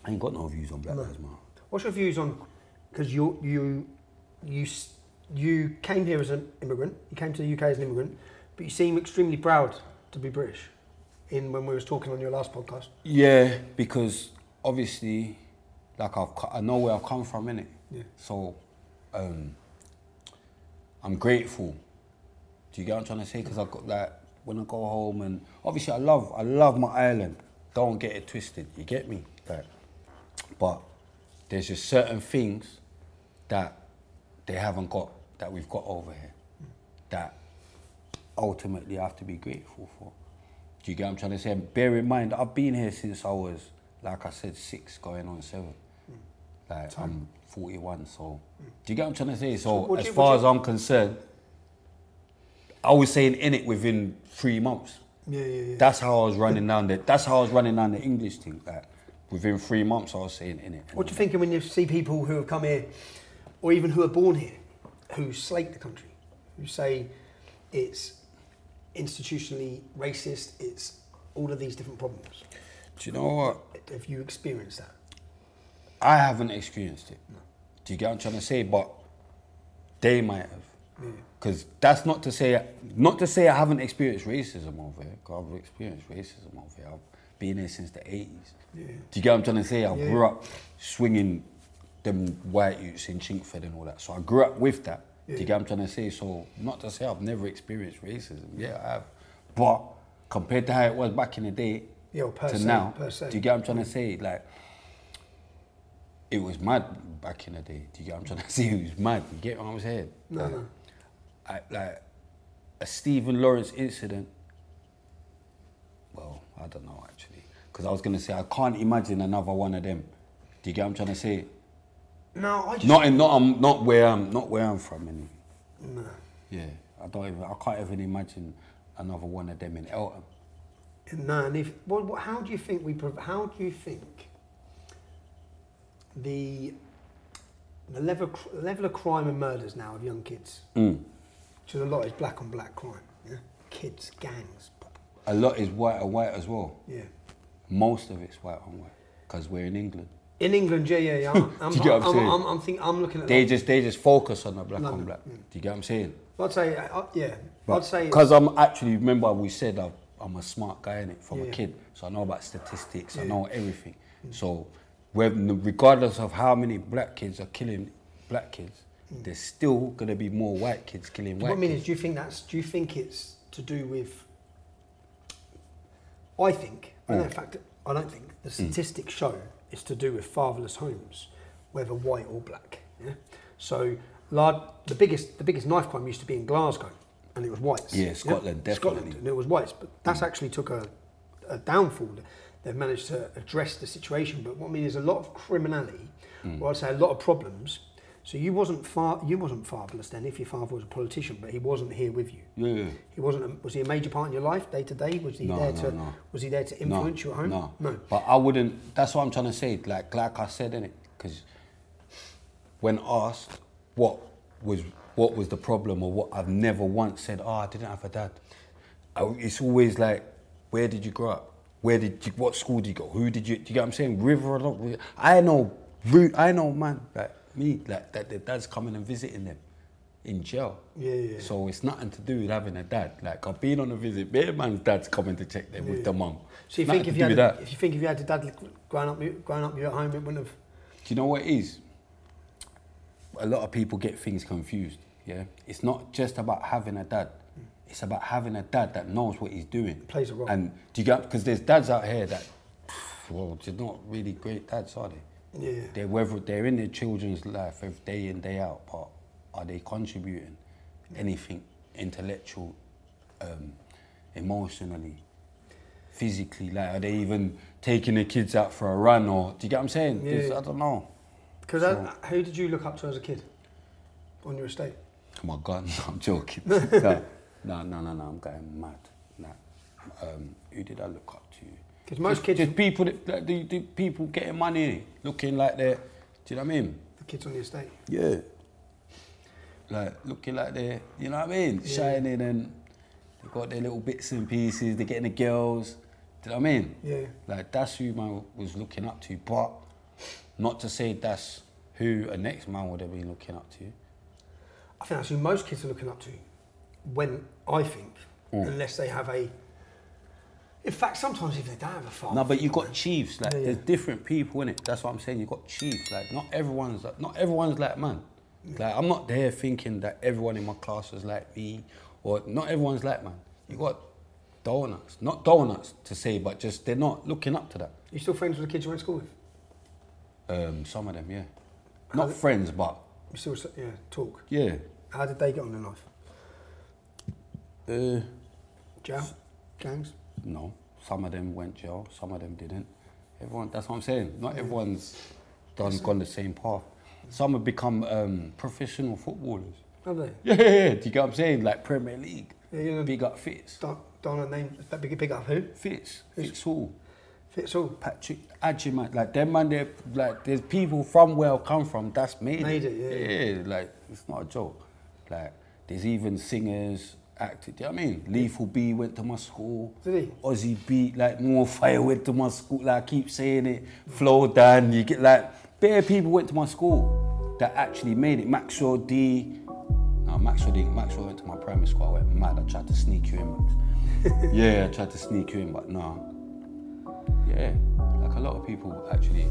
Speaker 1: I ain't got no views on Black Lives Matter.
Speaker 2: What's your views on... Because you, you, you, s- you came here as an immigrant. You came to the UK as an immigrant. But you seem extremely proud to be British. In when we was talking on your last podcast.
Speaker 1: Yeah, because obviously, like I've, co- I know where I've come from, innit? Yeah. So, um, I'm grateful. Do you get what I'm trying to say? Because I got like when I go home and obviously I love, I love my island. Don't get it twisted. You get me? Like, but there's just certain things that they haven't got that we've got over here. That ultimately I have to be grateful for. Do you get what I'm trying to say? And bear in mind, I've been here since I was, like I said, six, going on seven. Like I'm 41, so do you get what I'm trying to say? So
Speaker 2: would
Speaker 1: as
Speaker 2: you- would
Speaker 1: far
Speaker 2: you-
Speaker 1: as I'm concerned, I was saying in it within three months.
Speaker 2: Yeah, yeah, yeah.
Speaker 1: That's how I was running down the. That's how I was running down the English thing. Like within three months, I was saying in it.
Speaker 2: What do you think when you see people who have come here, or even who are born here, who slate the country, who say it's institutionally racist, it's all of these different problems?
Speaker 1: Do you know what?
Speaker 2: Have you experienced that?
Speaker 1: I haven't experienced it. Do you get what I'm trying to say? But they might have. Because that's not to say not to say I haven't experienced racism over here. 'cause I've experienced racism over here. I've been here since the 80s. Do you get what I'm trying to say? I grew up swinging them white youths in Chinkford and all that. So I grew up with that. Do you get what I'm trying to say? So not to say I've never experienced racism. Yeah, I have. But compared to how it was back in the day
Speaker 2: Yeah, or per
Speaker 1: to
Speaker 2: se,
Speaker 1: now,
Speaker 2: per se.
Speaker 1: do you get what I'm trying to say? Like it was mad back in the day. Do you get what I'm trying to say? It was mad. You get what I'm saying? No, no. I, like a Stephen Lawrence incident. Well, I don't know actually, because I was gonna say I can't imagine another one of them. Do you get what I'm trying to say?
Speaker 2: No, I just
Speaker 1: Not in, not um, not where I'm not where I'm from. Anyway. No. Yeah, I don't even. I can't even imagine another one of them in Eltham.
Speaker 2: No, and if what, what, how do you think we? prov- How do you think the the level of, cr- level of crime and murders now of young kids, which is a lot, is black on black crime. Yeah, kids, gangs.
Speaker 1: A lot is white on white as well.
Speaker 2: Yeah,
Speaker 1: Most of it's white on white, because we're in England.
Speaker 2: in England, yeah, yeah, yeah. I'm, I'm,
Speaker 1: Do you get what I'm
Speaker 2: I'm,
Speaker 1: saying?
Speaker 2: I'm, I'm think- I'm looking at.
Speaker 1: They
Speaker 2: that.
Speaker 1: just they just focus on the black on
Speaker 2: London,
Speaker 1: black. Do you get what I'm saying?
Speaker 2: I'd say, I, I, yeah, I'd say
Speaker 1: Because I'm actually remember we said I'm, I'm a smart guy in it from
Speaker 2: Yeah. Mm.
Speaker 1: a kid, so I know about statistics. I know everything. So, whether, regardless of how many black kids are killing black kids, there's still gonna be more white kids killing white
Speaker 2: What I mean
Speaker 1: kids.
Speaker 2: is, do Mm. you think that's? Do you think it's to do with? I think. I
Speaker 1: Mm.
Speaker 2: know, in fact, I don't think the statistics show it's to do with fatherless homes, whether white or black. Yeah. So, large, the biggest the biggest knife crime used to be in Glasgow, and it was whites.
Speaker 1: Yeah, Scotland,
Speaker 2: Scotland,
Speaker 1: definitely.
Speaker 2: and it was whites. But that's actually took a, a downfall. They've managed to address the situation. But what I mean is a lot of criminality,
Speaker 1: Hmm.
Speaker 2: or I'd say a lot of problems. So you wasn't far, you wasn't fatherless then. If your father was a politician, but he wasn't here with you.
Speaker 1: Yeah, yeah.
Speaker 2: He wasn't. A, was he a major part in your life day to day? Was he
Speaker 1: No,
Speaker 2: there
Speaker 1: no,
Speaker 2: to?
Speaker 1: no.
Speaker 2: Was he there to influence you at home?
Speaker 1: No,
Speaker 2: No.
Speaker 1: But I wouldn't. That's what I'm trying to say. Like, like I said in it, because when asked what was what was the problem or what, I've never once said, "Oh, I didn't have a dad." I, it's always like, "Where did you grow up? Where did you? What school did you go? Who did you? Do you get what I'm saying? River or not? river. I know, root. I know, man. Like me, like that. Their dad's coming and visiting them. In jail,
Speaker 2: Yeah, yeah, yeah.
Speaker 1: So it's nothing to do with having a dad. Like I've been on a visit, bare man's dad's coming to check them with the mum.
Speaker 2: So you
Speaker 1: Nothing
Speaker 2: think if
Speaker 1: to
Speaker 2: you
Speaker 1: do
Speaker 2: had,
Speaker 1: with
Speaker 2: a-
Speaker 1: that.
Speaker 2: if you think if you had a dad growing up, with- growing up with you at home, it wouldn't have.
Speaker 1: Do you know what it is? A lot of people get things confused. Yeah, it's not just about having a dad. It's about having a dad that knows what he's doing.
Speaker 2: Plays a role.
Speaker 1: And do you get? Because there's dads out here that, well, they're not really great dads, are they?
Speaker 2: Yeah.
Speaker 1: They're whether they're in their children's life every day in day out, but are they contributing anything intellectual, um, emotionally, physically? Like, are they even taking the kids out for a run or? Do you get what I'm saying? There's- I don't know.
Speaker 2: Because who did you look up to as a kid? On your estate.
Speaker 1: Come on, God, no, I'm joking. no, no, no, no, no, I'm going mad. Nah. Um, who did I look up to?
Speaker 2: 'Cause most
Speaker 1: Just-
Speaker 2: kids-
Speaker 1: just people that like, the, the people getting money, looking like they're, do you know what I mean?
Speaker 2: The kids on the estate.
Speaker 1: Yeah. Like looking like they're, you know what I mean, shining and they got their little bits and pieces. They're getting the girls. Do you know what I mean?
Speaker 2: Yeah.
Speaker 1: Like that's who man was looking up to, but not to say that's who a next man would have been looking up to.
Speaker 2: I think that's who most kids are looking up to. When I think,
Speaker 1: Mm.
Speaker 2: unless they have a. In fact, sometimes if they don't have a father.
Speaker 1: No, but you got chiefs. Like
Speaker 2: Yeah, yeah.
Speaker 1: there's different people in it. That's what I'm saying. You got chiefs. Like not everyone's like, not everyone's like man. Like I'm not there thinking that everyone in my class was like me, or not everyone's like man. You got donuts, not donuts to say, but just they're not looking up to that.
Speaker 2: you still friends with the kids you went to school with?
Speaker 1: Um, some of them, yeah, not friends, but
Speaker 2: You still, s- yeah, talk.
Speaker 1: yeah.
Speaker 2: How did they get on in life?
Speaker 1: Uh,
Speaker 2: Jail? Gangs?
Speaker 1: no, some of them went jail, some of them didn't. Everyone, that's what I'm saying. Not everyone's done gone the same path. Some have become um, professional footballers.
Speaker 2: Have they?
Speaker 1: Yeah, yeah, yeah. Do you get what I'm saying? Like Premier League.
Speaker 2: Yeah, you know-
Speaker 1: Big up fits.
Speaker 2: Don't- don't want to name that big, big up who
Speaker 1: Fitz, Fitz Hall,
Speaker 2: fits all.
Speaker 1: Patrick Adjiman, like them man, they like there's people from where I come from that's made,
Speaker 2: Made it,
Speaker 1: yeah. like it's not a joke. Like there's even singers, actors. Do you know what I mean? Lethal B went to my school.
Speaker 2: Did he?
Speaker 1: Ozzy B, like more fire went to my school. Like I keep saying it, Flow Dan, you get like bare people went to my school that actually made it. Maxwell D. No, Maxwell didn't. Maxwell went to my primary school. I went mad. I tried to sneak you in. Max. yeah, I tried to sneak you in, but no. Yeah, like a lot of people actually.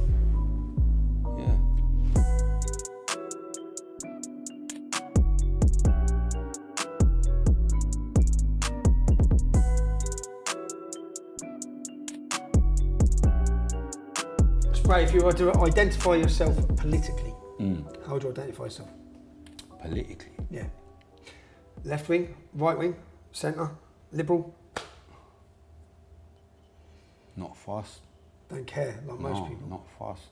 Speaker 1: Yeah.
Speaker 2: Spray, if you were to identify yourself politically,
Speaker 1: Mm.
Speaker 2: how would you identify yourself?
Speaker 1: Politically,
Speaker 2: Yeah. Left wing, right wing, centre, liberal,
Speaker 1: not fast.
Speaker 2: don't care like most
Speaker 1: no,
Speaker 2: people.
Speaker 1: not fast.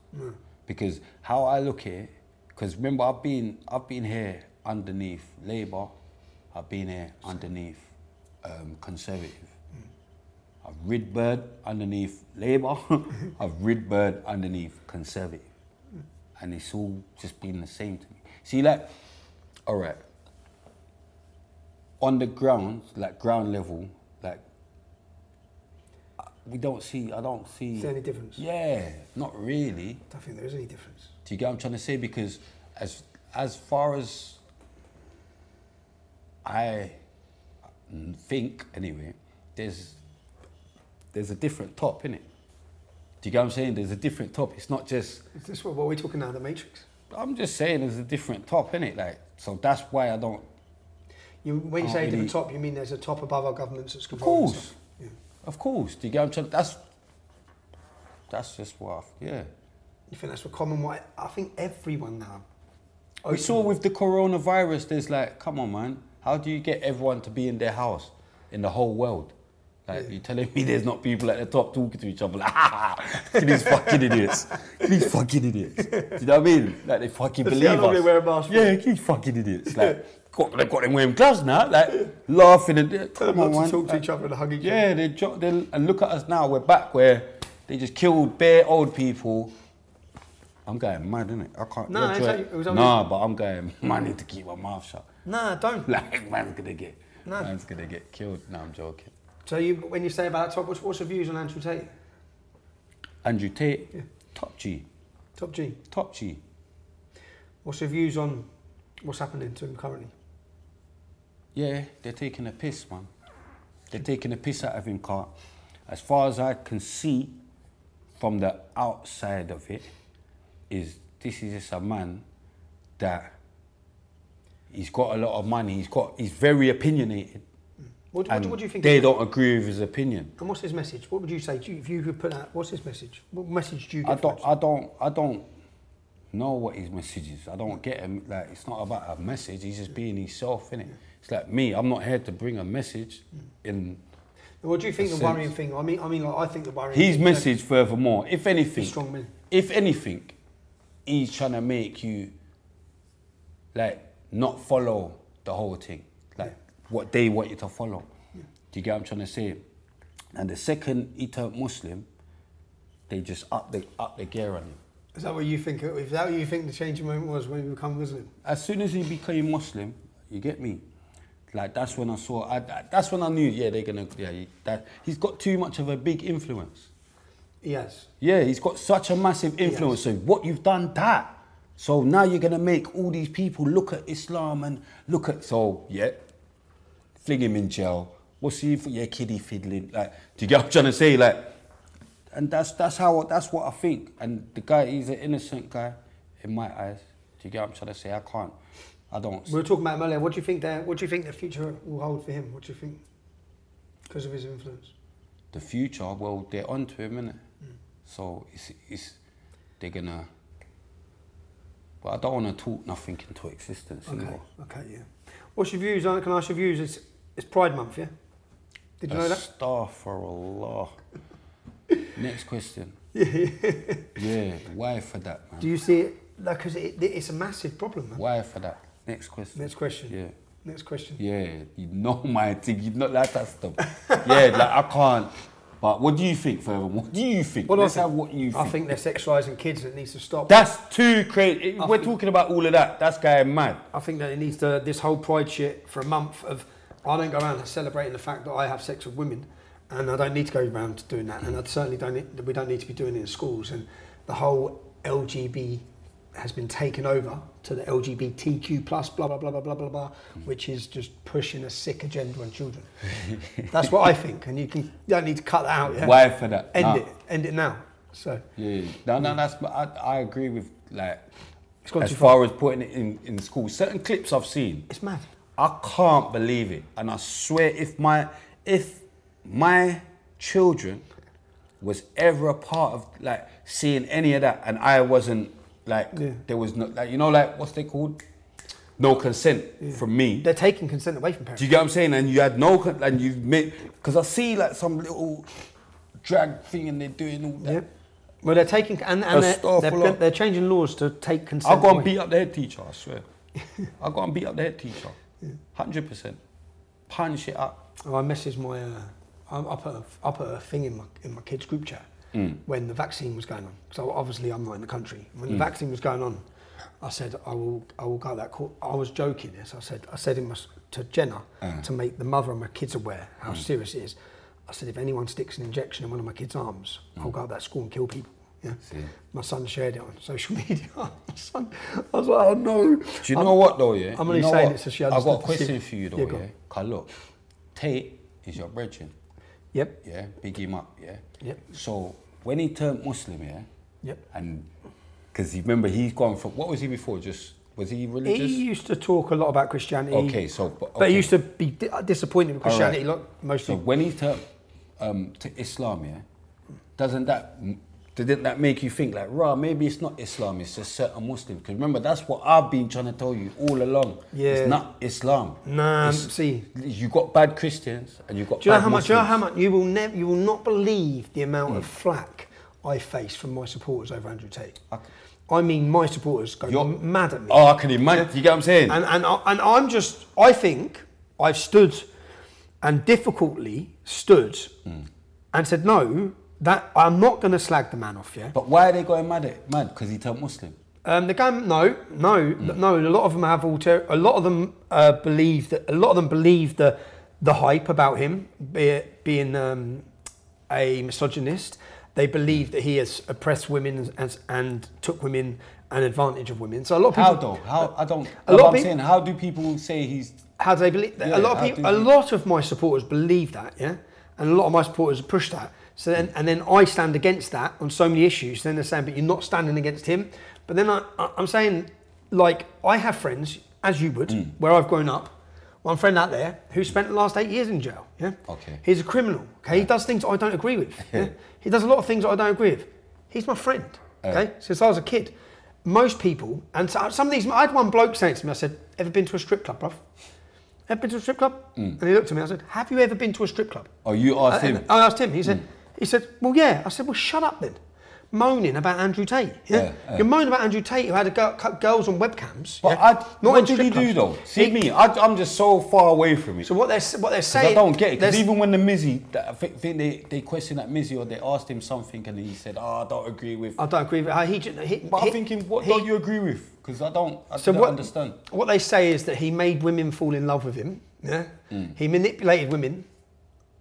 Speaker 1: Because how I look at it, because remember I've been I've been here underneath Labour, I've been here underneath um, Conservative. I've rid bird underneath Labour, I've rid bird underneath Conservative. And it's all just been the same to me. See like, all right. On the ground, like ground level, like I- we don't see I don't see
Speaker 2: Is there any difference?
Speaker 1: yeah, not really.
Speaker 2: I don't think there is any difference.
Speaker 1: Do you get what I'm trying to say? Because as as far as I think, anyway, there's there's a different top innit? Do you get what I'm saying? There's a different top. It's not just
Speaker 2: Is this what, what we're talking now, the Matrix?
Speaker 1: I'm just saying there's a different top innit? Like so that's why I don't.
Speaker 2: You, when you
Speaker 1: Can't
Speaker 2: say a different
Speaker 1: really-
Speaker 2: top, you mean there's a top above our governments
Speaker 1: Oh,
Speaker 2: that's
Speaker 1: Of
Speaker 2: controlling
Speaker 1: course,
Speaker 2: stuff.
Speaker 1: of course. Do you get what I'm trying? That's that's just what. I, yeah.
Speaker 2: You think that's what common? What I think everyone now.
Speaker 1: We saw with the coronavirus, there's like, come on, man. How do you get everyone to be in their house in the whole world? Like, you telling me there's not people at the top talking to each other, like, ah, these fucking idiots. These fucking idiots. Do you know what I mean? Like, they fucking
Speaker 2: That's the
Speaker 1: believe
Speaker 2: other
Speaker 1: us.
Speaker 2: way wearing masks.
Speaker 1: Yeah, these fucking idiots. Like, got, they got them wearing gloves now, like, laughing and
Speaker 2: Tell
Speaker 1: come
Speaker 2: them not
Speaker 1: on,
Speaker 2: to
Speaker 1: man.
Speaker 2: talk to
Speaker 1: Like,
Speaker 2: each other and hug each other.
Speaker 1: yeah, they, jo- they and look at us now. We're back where they just killed bare old people. I'm going mad, innit? I can't.
Speaker 2: Nah,
Speaker 1: you're
Speaker 2: it's
Speaker 1: joy-
Speaker 2: like- it was only-
Speaker 1: nah, but I'm going. Man, I need to keep my mouth shut.
Speaker 2: Nah, don't.
Speaker 1: Like man's gonna get,
Speaker 2: No.
Speaker 1: man's gonna get killed. No, I'm joking.
Speaker 2: So you, when you say about top, what's, what's your views on Andrew Tate?
Speaker 1: Andrew Tate, top G,
Speaker 2: Top G.
Speaker 1: top G.
Speaker 2: What's your views on what's happening to him currently?
Speaker 1: Yeah, they're taking a piss, man. They're taking a piss out of him, Cart. As far as I can see from the outside of it, is this is just a man that he's got a lot of money. He's got he's very opinionated.
Speaker 2: What, what,
Speaker 1: And
Speaker 2: do- what do you think?
Speaker 1: they
Speaker 2: of him?
Speaker 1: don't agree with his opinion.
Speaker 2: And what's his message? What would you say? Do you, if you could put out, what's his message? What message do you get?
Speaker 1: I
Speaker 2: from
Speaker 1: don't,
Speaker 2: him?
Speaker 1: I don't, I don't know what his message is. I don't get him. Like it's not about a message. He's just being himself, innit? It's like me. I'm not here to bring a message. In
Speaker 2: What do you think the
Speaker 1: sense.
Speaker 2: worrying thing? I mean, I mean, like, I think the worrying.
Speaker 1: his
Speaker 2: thing-
Speaker 1: message, furthermore, if anything,
Speaker 2: He's strong man.
Speaker 1: if anything, he's trying to make you like not follow the whole thing, like what they want you to follow. Do you get what I'm trying to say? And the second he turned Muslim, they just up the up the gear on him.
Speaker 2: Is that what you think? Is that what you think the changing moment was when you become Muslim?
Speaker 1: as soon as he became Muslim, you get me. Like that's when I saw. I, I- that's when I knew. Yeah, they're gonna. Yeah, he, that he's got too much of a big influence.
Speaker 2: Yes.
Speaker 1: Yeah, he's got such a massive influence. So what you've done that. So now you're gonna make all these people look at Islam and look at. So yeah, fling him in jail. What's he for? Yeah, kiddie fiddling. Like, do you get what I'm trying to say? Like, and that's that's how that's what I think. And the guy, he's an innocent guy in my eyes. Do you get what I'm trying to say? I can't. I don't.
Speaker 2: We were talking about him earlier. What do you think? There, what do you think the future will hold for him? What do you think? Because of his influence.
Speaker 1: the future, well, they're onto him, innit?
Speaker 2: Mm.
Speaker 1: So it's, it's they're gonna. But I don't want to talk nothing into existence
Speaker 2: Okay.
Speaker 1: anymore.
Speaker 2: Okay. Yeah. What's your views on? Can I ask your views? It's it's Pride Month. Yeah. Did you know
Speaker 1: A
Speaker 2: that?
Speaker 1: star for Allah. Next question. yeah, why for that, man?
Speaker 2: Do you see it? Like, because it, it, it's a massive problem. Man.
Speaker 1: Why for that? Next question.
Speaker 2: Next question.
Speaker 1: Yeah.
Speaker 2: Next question.
Speaker 1: Yeah, you know my thing. You're not like that stuff. yeah, like I can't. But what do you think, Fervor? What do you think?
Speaker 2: What do I
Speaker 1: Let's
Speaker 2: think?
Speaker 1: have what you
Speaker 2: I
Speaker 1: think.
Speaker 2: think they're sexualizing kids and it needs to stop.
Speaker 1: That's too crazy. We're talking about all of that. That's guy mad.
Speaker 2: I think that it needs to, this whole pride shit for a month of, I don't go around celebrating the fact that I have sex with women and I don't need to go around doing that. And I certainly don't, need, we don't need to be doing it in schools. And the whole LGB has been taken over to the LGBTQ plus blah, blah, blah, blah, blah, blah, blah, which is just pushing a sick agenda on children. That's what I think. And you can, you don't need to cut that out. Yeah?
Speaker 1: Why for that? Ah.
Speaker 2: End
Speaker 1: Nah.
Speaker 2: it. End it now. So
Speaker 1: Yeah, no, no, that's. I, I agree with like
Speaker 2: Mm. It's gone
Speaker 1: as
Speaker 2: too
Speaker 1: far as putting it in in school. Certain clips I've seen,
Speaker 2: it's mad.
Speaker 1: I can't believe it, and I swear if my if my children was ever a part of like seeing any of that, and I wasn't like
Speaker 2: Yeah.
Speaker 1: there was no like you know like what's they called no consent from me.
Speaker 2: They're taking consent away from parents.
Speaker 1: Do you get what I'm saying? And you had no, con- and you've made, because I see like some little drag thing and they're doing all that.
Speaker 2: Yep. Well, they're taking and,
Speaker 1: A
Speaker 2: and they're,
Speaker 1: staff
Speaker 2: they're,
Speaker 1: lot.
Speaker 2: they're changing laws to take consent.
Speaker 1: I'll go and
Speaker 2: away.
Speaker 1: beat up the head teacher, I swear. I'll go and beat up the head teacher. 100%. Punch it up.
Speaker 2: Oh, I messaged my. Uh, I, I put a, I put a thing in my in my kids group chat
Speaker 1: Mm.
Speaker 2: when the vaccine was going on. So obviously I'm not in the country. When
Speaker 1: Mm.
Speaker 2: the vaccine was going on, I said I will I will go that court. I was joking. Yes, I said I said it must, to Jenna
Speaker 1: Uh.
Speaker 2: to make the mother and my kids aware how
Speaker 1: Mm.
Speaker 2: serious it is. I said if anyone sticks an injection in one of my kids' arms,
Speaker 1: Mm.
Speaker 2: I'll go up that school and kill people. Yeah. My son shared it on social media. my son, I was like, oh no.
Speaker 1: Do you know what though, yeah?
Speaker 2: I'm
Speaker 1: You
Speaker 2: only
Speaker 1: know
Speaker 2: saying
Speaker 1: what?
Speaker 2: it so she
Speaker 1: I've got a
Speaker 2: understood the
Speaker 1: question
Speaker 2: shit.
Speaker 1: for you though,
Speaker 2: Yeah,
Speaker 1: yeah?
Speaker 2: go on.
Speaker 1: 'Cause look, Tate is your brethren,
Speaker 2: Yep.
Speaker 1: yeah? Big him up, yeah?
Speaker 2: Yep.
Speaker 1: So when he turned Muslim, yeah?
Speaker 2: Yep.
Speaker 1: And, because remember, he's gone from, what was he before? Just, was he
Speaker 2: He
Speaker 1: religious?
Speaker 2: used to talk a lot about Christianity.
Speaker 1: Okay, so- but-
Speaker 2: but
Speaker 1: okay.
Speaker 2: he used to be di- disappointed with
Speaker 1: All right.
Speaker 2: Christianity. Like most
Speaker 1: So
Speaker 2: people.
Speaker 1: when he turned um, to Islam, yeah, doesn't that didn't that make you think like, rah, maybe it's not Islam, it's just certain Muslims? Because remember, that's what I've been trying to tell you all along.
Speaker 2: Yeah.
Speaker 1: it's not Islam.
Speaker 2: Nah,
Speaker 1: It's-
Speaker 2: see.
Speaker 1: you got bad Christians and you got.
Speaker 2: do you know
Speaker 1: bad
Speaker 2: how much? Do you know
Speaker 1: Muslims. Hmm.
Speaker 2: how much? You will never, you will not believe the amount of flack I face from my supporters over Andrew Tate. I mean, my supporters go
Speaker 1: You're-
Speaker 2: mad at me.
Speaker 1: Oh, I can imagine. You get what I'm saying?
Speaker 2: And and I, and I'm just I think I've stood and difficultly stood
Speaker 1: Hmm.
Speaker 2: and said no. That I'm not going to slag the man off. Yeah.
Speaker 1: but why are they going mad at mad? Because he turned Muslim.
Speaker 2: Um, the game, no, no, no. A lot of them have alter. A lot of them uh, believe that. A lot of them believe the the hype about him be it being um, a misogynist. They believe that he has oppressed women and, and took women and advantage of women. So a lot of people.
Speaker 1: How though? How I don't.
Speaker 2: A lot
Speaker 1: what
Speaker 2: of
Speaker 1: I'm
Speaker 2: peop-
Speaker 1: saying. How do people say he's?
Speaker 2: How do they believe that?
Speaker 1: Yeah,
Speaker 2: a lot of
Speaker 1: how
Speaker 2: people,
Speaker 1: do
Speaker 2: a
Speaker 1: you-
Speaker 2: lot of my supporters believe that, yeah, and a lot of my supporters push that. So then, and then I stand against that on so many issues. Then they're saying, but you're not standing against him. But then I, I- I'm saying, like, I have friends, as you would,
Speaker 1: Mm.
Speaker 2: where I've grown up. One friend out there who spent the last eight years in jail. Yeah.
Speaker 1: Okay.
Speaker 2: He's a criminal. Okay. He does things I don't agree with. yeah? He does a lot of things I don't agree with. He's my friend.
Speaker 1: Oh.
Speaker 2: Okay. Since I was a kid. Most people, and so- some of these, I had one bloke saying to me, I said, ever been to a strip club, bruv? Ever been to a strip club? And he looked at me. I said, Have you ever been to a strip club?
Speaker 1: Oh, you Mm. asked
Speaker 2: I,
Speaker 1: him. Mm.
Speaker 2: I asked him. He said, He said, Well, yeah. I said, Well, shut up then. Moaning about Andrew Tate. Yeah,
Speaker 1: Yeah, yeah.
Speaker 2: you're moaning about Andrew Tate who had a girl, cut girls on webcams.
Speaker 1: But
Speaker 2: yeah?
Speaker 1: I,
Speaker 2: in
Speaker 1: what did
Speaker 2: strip
Speaker 1: he do
Speaker 2: clubs.
Speaker 1: though? See
Speaker 2: He-
Speaker 1: me, I, I'm just so far away from it.
Speaker 2: So what they're s- what they're
Speaker 1: 'Cause
Speaker 2: saying?
Speaker 1: I don't get it. Because
Speaker 2: they're s-
Speaker 1: even when the Mizzy, that- I thi- think they, they questioned that Mizzy or they asked him something and he said, oh, I don't agree with.
Speaker 2: I don't agree with it. He, ju- he,
Speaker 1: but
Speaker 2: Um, he-
Speaker 1: I'm thinking, what
Speaker 2: he-
Speaker 1: don't you agree with? Because I don't, I
Speaker 2: So
Speaker 1: don't
Speaker 2: what,
Speaker 1: understand.
Speaker 2: What they say is that he made women fall in love with him. Yeah,
Speaker 1: Mm.
Speaker 2: he manipulated women.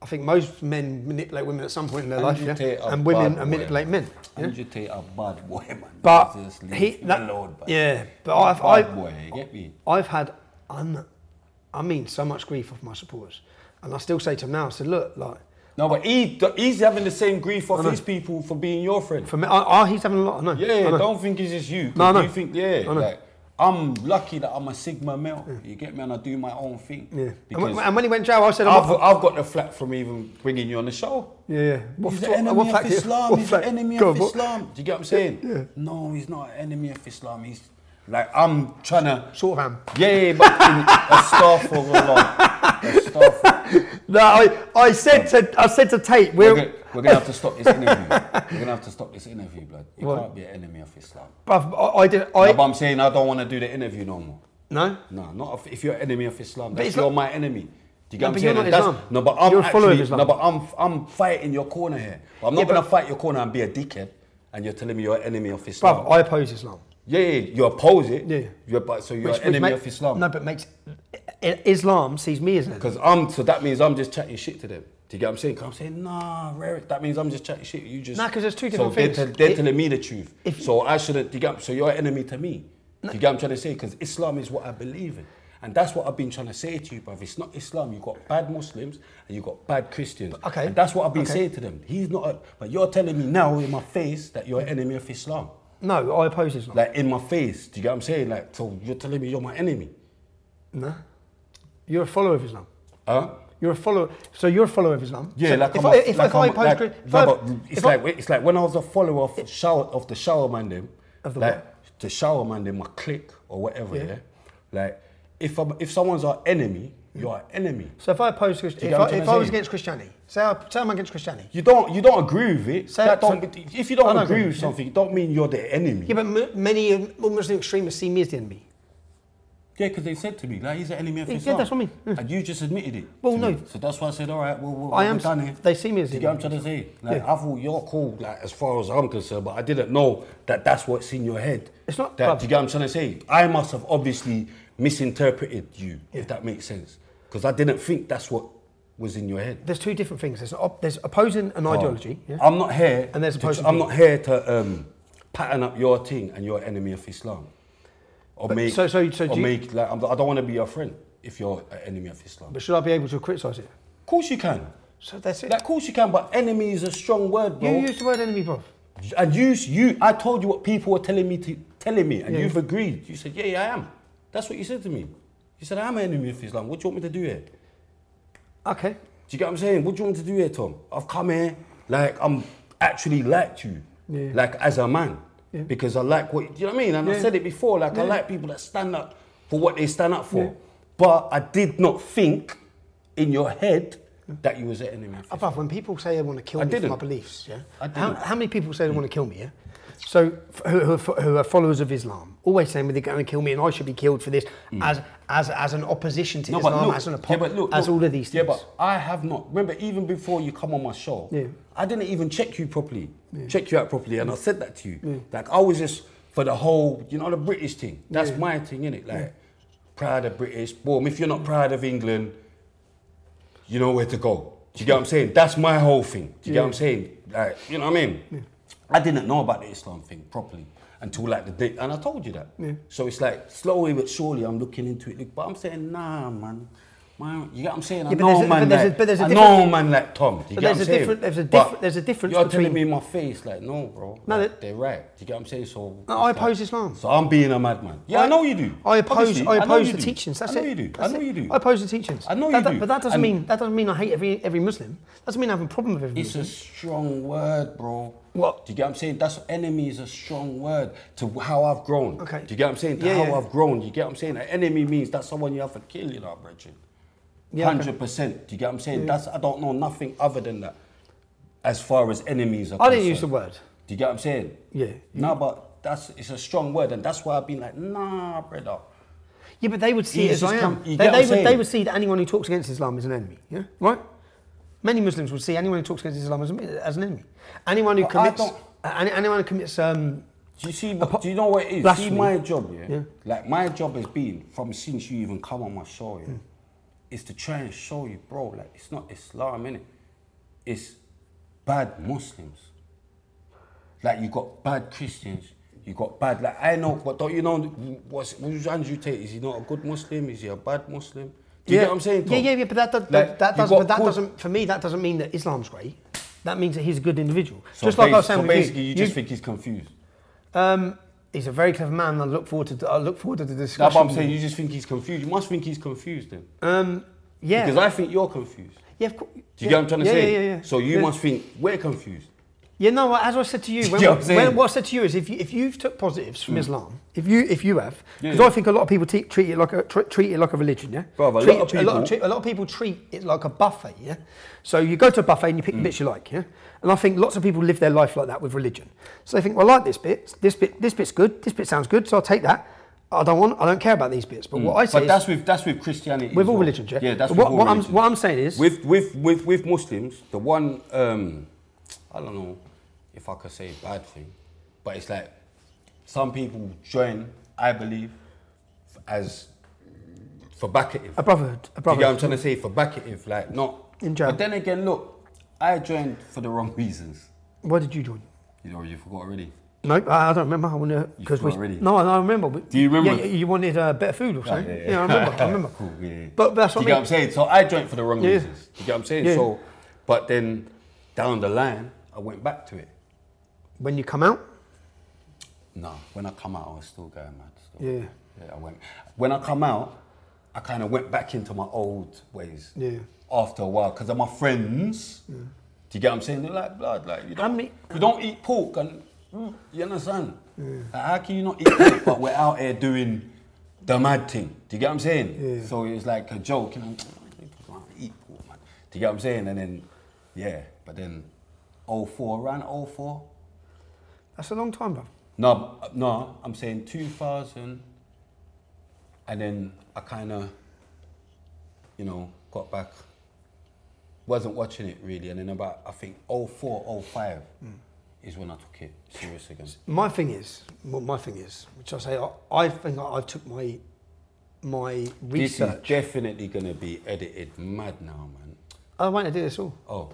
Speaker 2: I think most men manipulate women at some point in their
Speaker 1: Andrew
Speaker 2: life, yeah?
Speaker 1: Tate a
Speaker 2: and women
Speaker 1: bad
Speaker 2: and
Speaker 1: boy,
Speaker 2: manipulate
Speaker 1: man.
Speaker 2: men. yeah?
Speaker 1: Andrew Tate a bad boy, man.
Speaker 2: But
Speaker 1: Just leave
Speaker 2: he,
Speaker 1: him
Speaker 2: that-
Speaker 1: alone, man.
Speaker 2: yeah, but
Speaker 1: Bad
Speaker 2: I've, I've,
Speaker 1: boy, you get me?
Speaker 2: I've had, un, I mean, so much grief off my supporters, and I still say to them now, I said, look, like,
Speaker 1: No, but he, he's having the same grief off
Speaker 2: know.
Speaker 1: his people for being your friend.
Speaker 2: for me, I, I, he's having a lot. I know.
Speaker 1: Yeah,
Speaker 2: I know.
Speaker 1: don't think it's just you. 'cause
Speaker 2: No, I know.
Speaker 1: You think, yeah,
Speaker 2: I know.
Speaker 1: like, I'm lucky that I'm a Sigma male. You get me? And I do my own thing.
Speaker 2: Yeah. And,
Speaker 1: Because
Speaker 2: when, and when he went jail, I said, I'm
Speaker 1: I've,
Speaker 2: not-
Speaker 1: I've got the flat from even bringing you on the show.
Speaker 2: yeah, yeah. What,
Speaker 1: He's
Speaker 2: what-
Speaker 1: the enemy
Speaker 2: what
Speaker 1: of
Speaker 2: fact-
Speaker 1: Islam.
Speaker 2: what
Speaker 1: He's the
Speaker 2: fact-
Speaker 1: enemy
Speaker 2: Go
Speaker 1: of
Speaker 2: on, what-
Speaker 1: Islam. Do you get what I'm saying? No, he's not an enemy of Islam. He's like I'm trying to.
Speaker 2: Sort of am.
Speaker 1: Yeah, yeah, but in a staff for a lot. A staff.
Speaker 2: No, I, I said to, I said to Tate,
Speaker 1: We're,
Speaker 2: we're,
Speaker 1: gonna, we're gonna have to stop this interview. We're gonna have to stop this interview, blood. You
Speaker 2: What?
Speaker 1: can't be an enemy of Islam.
Speaker 2: bruv, I, I did, I,
Speaker 1: No, but I'm saying I don't want to do the interview no more.
Speaker 2: No?
Speaker 1: No, not if, if you're enemy of Islam. That's
Speaker 2: it's
Speaker 1: you're
Speaker 2: not-
Speaker 1: my enemy. Do you
Speaker 2: No,
Speaker 1: get what I'm
Speaker 2: but
Speaker 1: saying?
Speaker 2: you're
Speaker 1: And
Speaker 2: not
Speaker 1: that's-
Speaker 2: Islam.
Speaker 1: No, but I'm
Speaker 2: You're a follower of
Speaker 1: actually-
Speaker 2: Islam.
Speaker 1: No, but I'm I'm fighting your corner here. But I'm not
Speaker 2: Yeah,
Speaker 1: gonna
Speaker 2: but-
Speaker 1: fight your corner and be a dickhead. And you're telling me you're an enemy of Islam.
Speaker 2: Brother, I oppose Islam.
Speaker 1: yeah, yeah, you oppose it.
Speaker 2: Yeah.
Speaker 1: You're, but, so you're
Speaker 2: Which-
Speaker 1: an
Speaker 2: which
Speaker 1: enemy
Speaker 2: make-
Speaker 1: of Islam.
Speaker 2: No, but makes I- Islam sees me as an enemy.
Speaker 1: Because I'm so that means I'm just chatting shit to them. Do you get what I'm saying? 'Cause I'm saying nah, rare. it. That means I'm just chatting shit. You just
Speaker 2: Nah, 'cause there's two
Speaker 1: so
Speaker 2: different
Speaker 1: they're
Speaker 2: things.
Speaker 1: tell- they're
Speaker 2: If-
Speaker 1: telling me the truth.
Speaker 2: if-
Speaker 1: so I shouldn't. Do you get? So you're an enemy to me. Do you get what I'm trying to say? Because Islam is what I believe in. And that's what I've been trying to say to you, bruv. It's not Islam. You've got bad Muslims and you've got bad Christians.
Speaker 2: okay.
Speaker 1: And that's what I've been
Speaker 2: Okay.
Speaker 1: saying to them. He's not a, but you're telling me now in my face that you're an enemy of Islam.
Speaker 2: No, I oppose Islam.
Speaker 1: Like in my face. Do you get what I'm saying? Like, so you're telling me you're my enemy.
Speaker 2: no. You're a follower of Islam.
Speaker 1: Huh?
Speaker 2: You're a follower. So you're a follower of Islam.
Speaker 1: Yeah,
Speaker 2: so
Speaker 1: like
Speaker 2: if
Speaker 1: I'm
Speaker 2: I,
Speaker 1: a-
Speaker 2: if,
Speaker 1: like
Speaker 2: if I
Speaker 1: I'm a-
Speaker 2: oppose,
Speaker 1: like-
Speaker 2: Chris-
Speaker 1: no,
Speaker 2: if I-
Speaker 1: but it's
Speaker 2: if I-
Speaker 1: like it's like when I was a follower of shower of the shower man them,
Speaker 2: Of the
Speaker 1: like
Speaker 2: what?
Speaker 1: the shower man them, my clique or whatever. Yeah,
Speaker 2: Yeah.
Speaker 1: like if I'm, if someone's our enemy, you're our enemy.
Speaker 2: So if I oppose, Christ-
Speaker 1: you
Speaker 2: if,
Speaker 1: get
Speaker 2: I,
Speaker 1: what I'm
Speaker 2: if
Speaker 1: trying
Speaker 2: I
Speaker 1: to
Speaker 2: was
Speaker 1: say?
Speaker 2: against Christianity, say, I, say I'm against Christianity.
Speaker 1: You don't you don't agree with it.
Speaker 2: So-
Speaker 1: that don't,
Speaker 2: so-
Speaker 1: if you don't,
Speaker 2: I don't
Speaker 1: agree
Speaker 2: agree.
Speaker 1: with something, it don't mean you're the enemy.
Speaker 2: Yeah, but m- many um, Muslim extremists see me as the enemy.
Speaker 1: Yeah, because they said to me like he's an enemy of
Speaker 2: Yeah,
Speaker 1: Islam.
Speaker 2: that's what I mean. Mm.
Speaker 1: And you just admitted it.
Speaker 2: Well,
Speaker 1: to
Speaker 2: no.
Speaker 1: me. So that's why I said, all right, well, well
Speaker 2: I
Speaker 1: we're
Speaker 2: am.
Speaker 1: done here.
Speaker 2: They see me as the
Speaker 1: Do you get what I'm
Speaker 2: enemy.
Speaker 1: trying to say? Like,
Speaker 2: Yeah.
Speaker 1: I thought you're cool, like, as far as I'm concerned, but I didn't know that that's what's in your head.
Speaker 2: It's not-
Speaker 1: That,
Speaker 2: bruv.
Speaker 1: do you get what I'm trying to say? I must have obviously misinterpreted you, if that makes sense. Because I didn't think that's what was in your head.
Speaker 2: There's two different things. There's, an op- there's opposing an ideology. yeah?
Speaker 1: Oh. I'm not here.
Speaker 2: And there's a
Speaker 1: to,
Speaker 2: person
Speaker 1: I'm
Speaker 2: who-
Speaker 1: not here to um, pattern up your thing and you're enemy of Islam. Or make.
Speaker 2: so- so- so
Speaker 1: or
Speaker 2: do you-
Speaker 1: make like, I'm- I don't want to be your friend if you're an enemy of Islam.
Speaker 2: But should I be able to criticise it?
Speaker 1: Of course you can.
Speaker 2: So that's it.
Speaker 1: Like, of course you can, but enemy is a strong word,
Speaker 2: you
Speaker 1: bro.
Speaker 2: use the word enemy, bro.
Speaker 1: and you, you, I told you what people were telling me to telling me, and you've agreed. You said, yeah, yeah, I am. That's what you said to me. You said, I'm an enemy of Islam. What do you want me to do here? Do
Speaker 2: Okay.
Speaker 1: you get what I'm saying? What do you want me to do here, Tom? I've come here like I'm actually liked you,
Speaker 2: Yeah.
Speaker 1: like as a man, because I like what do you know what I mean. And I
Speaker 2: Yeah.
Speaker 1: said it before, like I
Speaker 2: Yeah.
Speaker 1: like people that stand up for what they stand up for.
Speaker 2: Yeah.
Speaker 1: But I did not think in your head that you was an enemy. Of Islam.
Speaker 2: Above, when people say they want to kill
Speaker 1: I
Speaker 2: me
Speaker 1: didn't.
Speaker 2: for my beliefs, yeah.
Speaker 1: I
Speaker 2: How,
Speaker 1: didn't.
Speaker 2: how many people say they want to kill me? Yeah. So f- who, who, are fo- who are followers of Islam always saying well, they're going to kill me and I should be killed for this as as as an opposition to Islam, as an
Speaker 1: yeah,
Speaker 2: opponent,
Speaker 1: but Mm. look,
Speaker 2: as
Speaker 1: look.
Speaker 2: all of these
Speaker 1: Yeah,
Speaker 2: things.
Speaker 1: but I have not. Remember, even before you come on my show,
Speaker 2: Yeah.
Speaker 1: I didn't even check you properly, check you out properly, and I said that to you. Like I was just for the whole, you know, the British thing. That's my thing, innit? Like proud of British. Boom. If you're not proud of England, you know where to go. Do you get what I'm saying? That's my whole thing. Do you get what I'm saying? Like, you know what I mean? I didn't know about the Islam thing properly until like the day, and I told you that. So it's like slowly but surely I'm looking into it. Look, But I'm saying, nah, man. Man, you get what I'm saying? I
Speaker 2: Yeah, but
Speaker 1: know
Speaker 2: there's a-
Speaker 1: man
Speaker 2: but there's a-
Speaker 1: like,
Speaker 2: but there's a
Speaker 1: I
Speaker 2: different-
Speaker 1: know man like Tom. Do you
Speaker 2: But
Speaker 1: get what
Speaker 2: there's
Speaker 1: I'm
Speaker 2: a
Speaker 1: saying?
Speaker 2: different- there's a
Speaker 1: But
Speaker 2: different- there's a difference
Speaker 1: You're telling
Speaker 2: between-
Speaker 1: me in my face, like, no, bro.
Speaker 2: No,
Speaker 1: like,
Speaker 2: that-
Speaker 1: they're right. Do you get what I'm saying? So
Speaker 2: No, I
Speaker 1: it's
Speaker 2: oppose Islam.
Speaker 1: So I'm being a madman. Yeah, I, know you do.
Speaker 2: I oppose.
Speaker 1: Obviously,
Speaker 2: I
Speaker 1: know
Speaker 2: oppose
Speaker 1: you
Speaker 2: the
Speaker 1: do.
Speaker 2: teachings. That's
Speaker 1: I know
Speaker 2: it.
Speaker 1: you do. I
Speaker 2: That's
Speaker 1: know
Speaker 2: it.
Speaker 1: you do.
Speaker 2: I oppose the teachings.
Speaker 1: I know
Speaker 2: That-
Speaker 1: you
Speaker 2: that-
Speaker 1: do.
Speaker 2: But that doesn't
Speaker 1: And-
Speaker 2: mean that doesn't mean I hate every every Muslim. That doesn't mean I have a problem with every
Speaker 1: It's a
Speaker 2: Muslim.
Speaker 1: strong word, bro.
Speaker 2: What?
Speaker 1: Do you get what I'm saying? That's enemy is a strong word to how I've grown.
Speaker 2: Okay.
Speaker 1: Do you get what I'm saying? To
Speaker 2: Yeah,
Speaker 1: how
Speaker 2: yeah.
Speaker 1: I've grown. You get what I'm saying? An enemy means that's someone you have to kill in our brethren.
Speaker 2: Yeah, okay.
Speaker 1: Hundred percent. Do you get what I'm saying? That's I don't know nothing other than that. As far as enemies are
Speaker 2: I didn't
Speaker 1: concerned.
Speaker 2: use the word.
Speaker 1: Do you get what I'm saying?
Speaker 2: Yeah.
Speaker 1: No, but that's it's a strong word, and that's why I've been like, nah, brother.
Speaker 2: Yeah, but they would see
Speaker 1: Jesus
Speaker 2: it as I
Speaker 1: come-
Speaker 2: am.
Speaker 1: you get what
Speaker 2: They, they
Speaker 1: I'm
Speaker 2: would, they
Speaker 1: saying?
Speaker 2: would see that anyone who talks against Islam is an enemy. Yeah, right. Many Muslims would see anyone who talks against Islam as, as an enemy. Anyone who
Speaker 1: But I
Speaker 2: commits, uh,
Speaker 1: don't-
Speaker 2: any, anyone who commits, um,
Speaker 1: Do you see? What, do you know what it is? See
Speaker 2: Blasphemy.
Speaker 1: my job, yeah?
Speaker 2: Yeah.
Speaker 1: Like my job has been from since you even come on my show,
Speaker 2: Hmm.
Speaker 1: yeah, is to try and show you, bro. Like it's not Islam, innit? It's bad Muslims. Like you got bad Christians. You got bad. Like I know, but don't you know what's, what's Andrew Tate? Is he not a good Muslim? Is he a bad Muslim? Do you get what I'm saying?
Speaker 2: Yeah,
Speaker 1: Tom?
Speaker 2: yeah, yeah. But that, that,
Speaker 1: Like,
Speaker 2: that, that
Speaker 1: you
Speaker 2: doesn't.
Speaker 1: got
Speaker 2: But that
Speaker 1: good-
Speaker 2: doesn't. For me, that doesn't mean that Islam's great. That means that he's a good individual.
Speaker 1: So
Speaker 2: just like I was
Speaker 1: basi-
Speaker 2: saying
Speaker 1: so
Speaker 2: with
Speaker 1: basically,
Speaker 2: you,
Speaker 1: you just think he's confused.
Speaker 2: he's a very clever man. and I look forward to. I look forward to the discussion.
Speaker 1: That's what I'm
Speaker 2: with
Speaker 1: saying.
Speaker 2: him.
Speaker 1: You just think he's confused. You must think he's confused then,
Speaker 2: yeah,
Speaker 1: because I think you're confused.
Speaker 2: yeah, of course.
Speaker 1: Do you get what I'm trying to
Speaker 2: yeah,
Speaker 1: say?
Speaker 2: Yeah, yeah, yeah.
Speaker 1: So you
Speaker 2: yeah.
Speaker 1: must think we're confused.
Speaker 2: Yeah, no. well, As I said to you, when,
Speaker 1: you know what I'm
Speaker 2: when,
Speaker 1: saying? Hmm.
Speaker 2: what I said to you is, if you, if you've took positives from Islam, if you if you have, because
Speaker 1: Yeah.
Speaker 2: I think a lot of people te- treat it like a tr- treat it like a religion. Yeah,
Speaker 1: Brother, a
Speaker 2: Treat-
Speaker 1: lot of
Speaker 2: a lot of,
Speaker 1: people-
Speaker 2: tre- a lot of people treat it like a buffet. Yeah, so you go to a buffet and you
Speaker 1: Hmm.
Speaker 2: pick the bits you like. Yeah, and I think lots of people live their life like that with religion. So they think, well, I like this bit, this bit, this bit's good, this bit sounds good, so I'll take that. I don't want. I don't care about these bits. But what I say
Speaker 1: Hmm. But
Speaker 2: is,
Speaker 1: that's with that's with Christianity.
Speaker 2: With
Speaker 1: as
Speaker 2: all
Speaker 1: well.
Speaker 2: religions, yeah?
Speaker 1: Yeah, that's with
Speaker 2: But what-
Speaker 1: all
Speaker 2: what I'm-
Speaker 1: religions.
Speaker 2: what I'm saying is-
Speaker 1: with with with with Muslims, the one um, I don't know if I could say bad thing, but it's like some people join. I believe f- as for backative.
Speaker 2: a
Speaker 1: Do
Speaker 2: brotherhood. A
Speaker 1: you get what
Speaker 2: brotherhood.
Speaker 1: I'm trying to say? For backative, like not.
Speaker 2: In jail.
Speaker 1: But then again, look, I joined for the wrong reasons.
Speaker 2: Why did you join?
Speaker 1: You know, you forgot already.
Speaker 2: No, I I don't remember. I wanna because we.
Speaker 1: forgot already.
Speaker 2: No, no, I remember. but-
Speaker 1: Do you remember? Ah,
Speaker 2: Yeah, yeah, you wanted uh, better food or something.
Speaker 1: Oh, Yeah,
Speaker 2: Yeah,
Speaker 1: yeah, yeah.
Speaker 2: I remember. I remember.
Speaker 1: Cool, yeah, yeah.
Speaker 2: But that's
Speaker 1: Do
Speaker 2: what
Speaker 1: you
Speaker 2: I
Speaker 1: get what
Speaker 2: mean.
Speaker 1: I'm saying? So I joined for the wrong
Speaker 2: Yeah.
Speaker 1: reasons. Do you get what I'm saying?
Speaker 2: Yeah.
Speaker 1: So, but then down the line, I went back to it.
Speaker 2: When you come out,
Speaker 1: No, when I come out, I was still going mad. Still.
Speaker 2: Yeah.
Speaker 1: Yeah, I went. When I come out, I kind of went back into my old ways.
Speaker 2: Yeah.
Speaker 1: After a while, because of my friends. Do you get what I'm saying? They're like blood. Like you
Speaker 2: I
Speaker 1: don't,
Speaker 2: mean-
Speaker 1: you don't eat pork, and mm, you understand. Like, how can you not eat pork, but we're out here doing the mad thing? Do you get what I'm saying?
Speaker 2: Yeah.
Speaker 1: So it was like a joke, "Oh, and I'm "Man, I eat pork, man. Do you get what I'm saying? And then, yeah, but then, 04, around 04,
Speaker 2: that's a long time, bro.
Speaker 1: no, b- no, I'm saying 2000, and then I kind of, you know, got back. Wasn't watching it really, and then about I think 04, 05
Speaker 2: Hmm.
Speaker 1: is when I took it serious again.
Speaker 2: My thing is, what my thing is, which I say, I, I think I, I took my my
Speaker 1: This is
Speaker 2: research.
Speaker 1: definitely gonna be edited mad now, man.
Speaker 2: I want to do this all.
Speaker 1: Oh.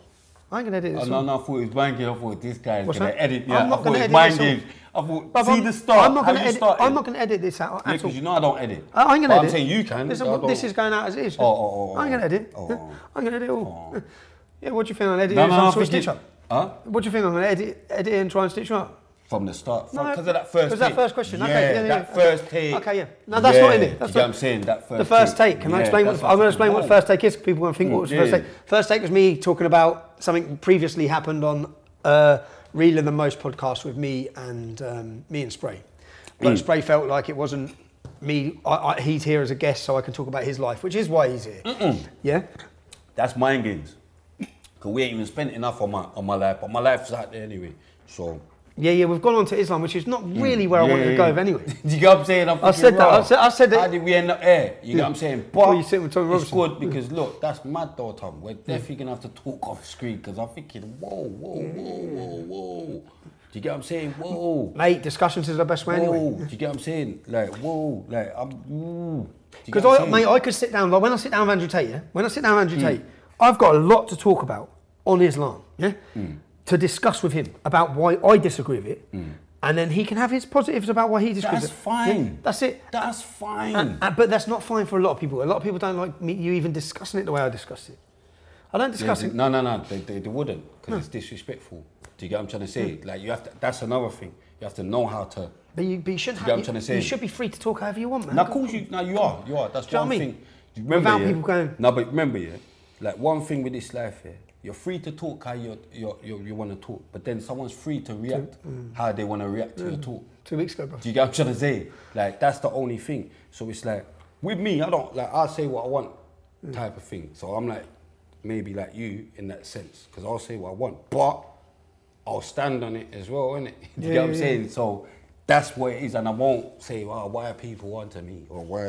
Speaker 2: I ain't gonna do this
Speaker 1: Oh, no,
Speaker 2: all.
Speaker 1: no, I thought it was banging. I thought this guy's
Speaker 2: What's
Speaker 1: gonna
Speaker 2: that?
Speaker 1: edit me
Speaker 2: I'm
Speaker 1: out.
Speaker 2: not
Speaker 1: I thought
Speaker 2: gonna
Speaker 1: it was
Speaker 2: edit this
Speaker 1: banging. I thought,
Speaker 2: Bruv,
Speaker 1: see
Speaker 2: I'm-
Speaker 1: the start.
Speaker 2: I'm not
Speaker 1: how
Speaker 2: gonna
Speaker 1: you
Speaker 2: edit.
Speaker 1: started.
Speaker 2: I'm not gonna edit this out
Speaker 1: Yeah,
Speaker 2: at all.
Speaker 1: because you know I don't edit.
Speaker 2: I I ain't gonna
Speaker 1: But
Speaker 2: edit.
Speaker 1: I'm saying you can.
Speaker 2: Listen,
Speaker 1: I don't-
Speaker 2: this is going out as it is.
Speaker 1: Oh, oh, oh,
Speaker 2: I ain't gonna edit.
Speaker 1: oh,
Speaker 2: Yeah,
Speaker 1: oh.
Speaker 2: I'm gonna edit it all. Yeah, what do you think? I'll edit
Speaker 1: No,
Speaker 2: it and
Speaker 1: no,
Speaker 2: try
Speaker 1: I
Speaker 2: and sort of
Speaker 1: think it-
Speaker 2: stitch up.
Speaker 1: Huh?
Speaker 2: What do you think? I'm gonna edit, edit it and try and stitch you up.
Speaker 1: From the start,
Speaker 2: No,
Speaker 1: because Oh, of that first.
Speaker 2: 'cause that
Speaker 1: take.
Speaker 2: first question,
Speaker 1: Yeah,
Speaker 2: okay, yeah, yeah,
Speaker 1: that
Speaker 2: yeah,
Speaker 1: first
Speaker 2: okay.
Speaker 1: take.
Speaker 2: Okay, yeah. No, that's not in it,
Speaker 1: Do you
Speaker 2: that's
Speaker 1: know
Speaker 2: not-
Speaker 1: what I'm saying? That first.
Speaker 2: the first take. Can I
Speaker 1: Yeah,
Speaker 2: explain what?
Speaker 1: that's
Speaker 2: I'm gonna explain what
Speaker 1: fucking
Speaker 2: the first take is. 'cause People gonna think
Speaker 1: Mm,
Speaker 2: what was the
Speaker 1: yeah,
Speaker 2: first take.
Speaker 1: yeah.
Speaker 2: First take was me talking about something previously happened on uh, Real and the Most podcast with me and um, me and Spray.
Speaker 1: Mm.
Speaker 2: But Spray felt like it wasn't me. I, I, he's here as a guest, so I can talk about his life, which is why he's here. Yeah.
Speaker 1: That's mind games. Cause we ain't even spent enough on my on my life, but my life's out there anyway. So.
Speaker 2: Yeah, yeah, we've gone on to Islam, which is not really where I wanted to go with anyway.
Speaker 1: Do you get what I'm saying? I'm
Speaker 2: I
Speaker 1: thinking,
Speaker 2: said that, I
Speaker 1: raw.
Speaker 2: said- I said that-
Speaker 1: How did we end up here? You get what I'm saying? But
Speaker 2: Well, you said with Tommy
Speaker 1: it's
Speaker 2: Robinson.
Speaker 1: good because look, that's mad though, Tom. We're definitely gonna have to talk off screen because I'm thinking, whoa, whoa, whoa, whoa, whoa. Do you get what I'm saying? Whoa.
Speaker 2: Mate, discussions is the best way
Speaker 1: Whoa, do
Speaker 2: anyway.
Speaker 1: you get what I'm saying? Like, whoa, like, I'm, ooh. Do you get
Speaker 2: Because
Speaker 1: what I'm
Speaker 2: I,
Speaker 1: saying?
Speaker 2: mate, I could sit down. Like when I sit down with Andrew Tate, yeah. When I sit down with
Speaker 1: Hmm.
Speaker 2: Andrew Tate, I've got a lot to talk about on Islam, yeah.
Speaker 1: Hmm.
Speaker 2: To discuss with him about why I disagree with it, and then he can have his positives about why he disagrees.
Speaker 1: That's
Speaker 2: with it.
Speaker 1: fine. Hmm.
Speaker 2: Yeah, that's it.
Speaker 1: That's fine.
Speaker 2: And- and- but that's not fine for a lot of people. A lot of people don't like me, you even discussing it the way I discussed it. I don't
Speaker 1: They-
Speaker 2: discuss
Speaker 1: they-
Speaker 2: it.
Speaker 1: no, no, no. They, they, they wouldn't because
Speaker 2: Hmm.
Speaker 1: it's disrespectful. Do you get what I'm trying to say? Like you have to. That's another thing. You have to know how to.
Speaker 2: But you, but you should
Speaker 1: You
Speaker 2: have.
Speaker 1: get what I'm
Speaker 2: you-
Speaker 1: trying to say?
Speaker 2: you should be free to talk however you want, man.
Speaker 1: Now, of course you. Now you are. You are. That's
Speaker 2: Do you know
Speaker 1: one
Speaker 2: what I mean?
Speaker 1: thing. Do you remember,
Speaker 2: Without
Speaker 1: yeah?
Speaker 2: people going-
Speaker 1: No, but remember, yeah. Like one thing with this life here, you're free to talk how you you you want to talk, but then someone's free to react
Speaker 2: Hmm.
Speaker 1: how they want to react to your talk.
Speaker 2: Two weeks ago, bro.
Speaker 1: Do you get what I'm trying to say? Like that's the only thing. So it's like with me, I don't like I say what I want, type of thing. So I'm like maybe like you in that sense because I'll say what I want, but I'll stand on it as well, innit? Do you get what I'm
Speaker 2: yeah,
Speaker 1: saying? So that's what it is, and I won't say oh, why are people onto me or why.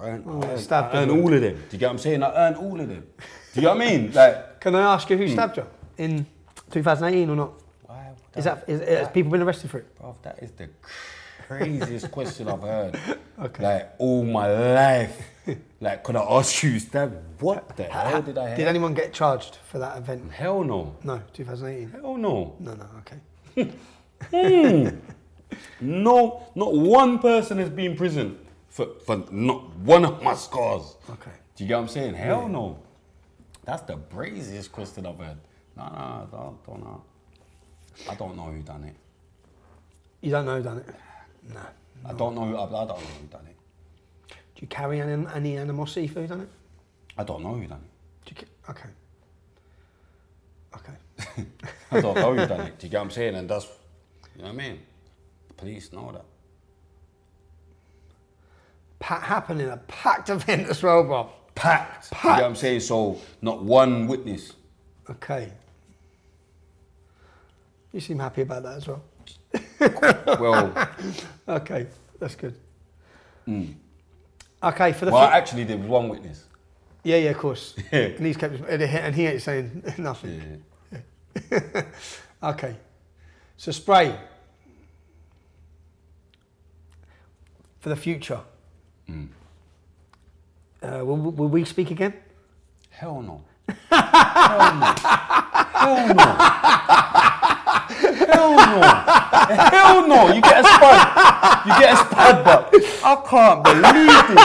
Speaker 1: I earn,
Speaker 2: Oh,
Speaker 1: I earn,
Speaker 2: stabbed
Speaker 1: I earn
Speaker 2: him.
Speaker 1: all of them. Do you get what I'm saying? I earn all of them. Do you know what I mean? Like,
Speaker 2: Can I ask you who stabbed you in 2018 or not?
Speaker 1: why would
Speaker 2: Is
Speaker 1: I-
Speaker 2: that is, has people been arrested for it?
Speaker 1: Bruv, that is the craziest question I've heard. Like all my life. Like, could I ask you that? What the hell did I hear?
Speaker 2: Did anyone get charged for that event?
Speaker 1: Hell no.
Speaker 2: No, 2018.
Speaker 1: Hell no.
Speaker 2: No, no, okay.
Speaker 1: No, not one person has been in prison for, for not one of my scars.
Speaker 2: Okay.
Speaker 1: Do you get what I'm saying? Hell no. That's the braziest question I've heard. No, no, I don't, don't know. I don't know who done it.
Speaker 2: You don't know who done it. No.
Speaker 1: I don't know who, I, I don't know who done it.
Speaker 2: Do you carry any, any animosity for who done it?
Speaker 1: I don't know who done it.
Speaker 2: Do you, ca- okay. Okay.
Speaker 1: I don't know you done it. Do you get what I'm saying? And that's, er you know what I mean? Police know that.
Speaker 2: Pa- happened in a packed event as well, Bob.
Speaker 1: Packed. Do You get what I'm saying? So, not one witness.
Speaker 2: Okay. You seem happy about that as well.
Speaker 1: Well,
Speaker 2: Okay, that's good. Okay, for the
Speaker 1: Well,
Speaker 2: fl-
Speaker 1: actually, there was one witness.
Speaker 2: yeah, yeah, of course. and he's kept his, and he- and he ain't saying
Speaker 1: Uh,
Speaker 2: nothing. okay, so spray for the future.
Speaker 1: Hmm.
Speaker 2: Uh, will, will we speak again?
Speaker 1: Hell no. Hell no. Hell no. Hell no. Hell no. You get a spud. You get a spud butt. I can't believe this.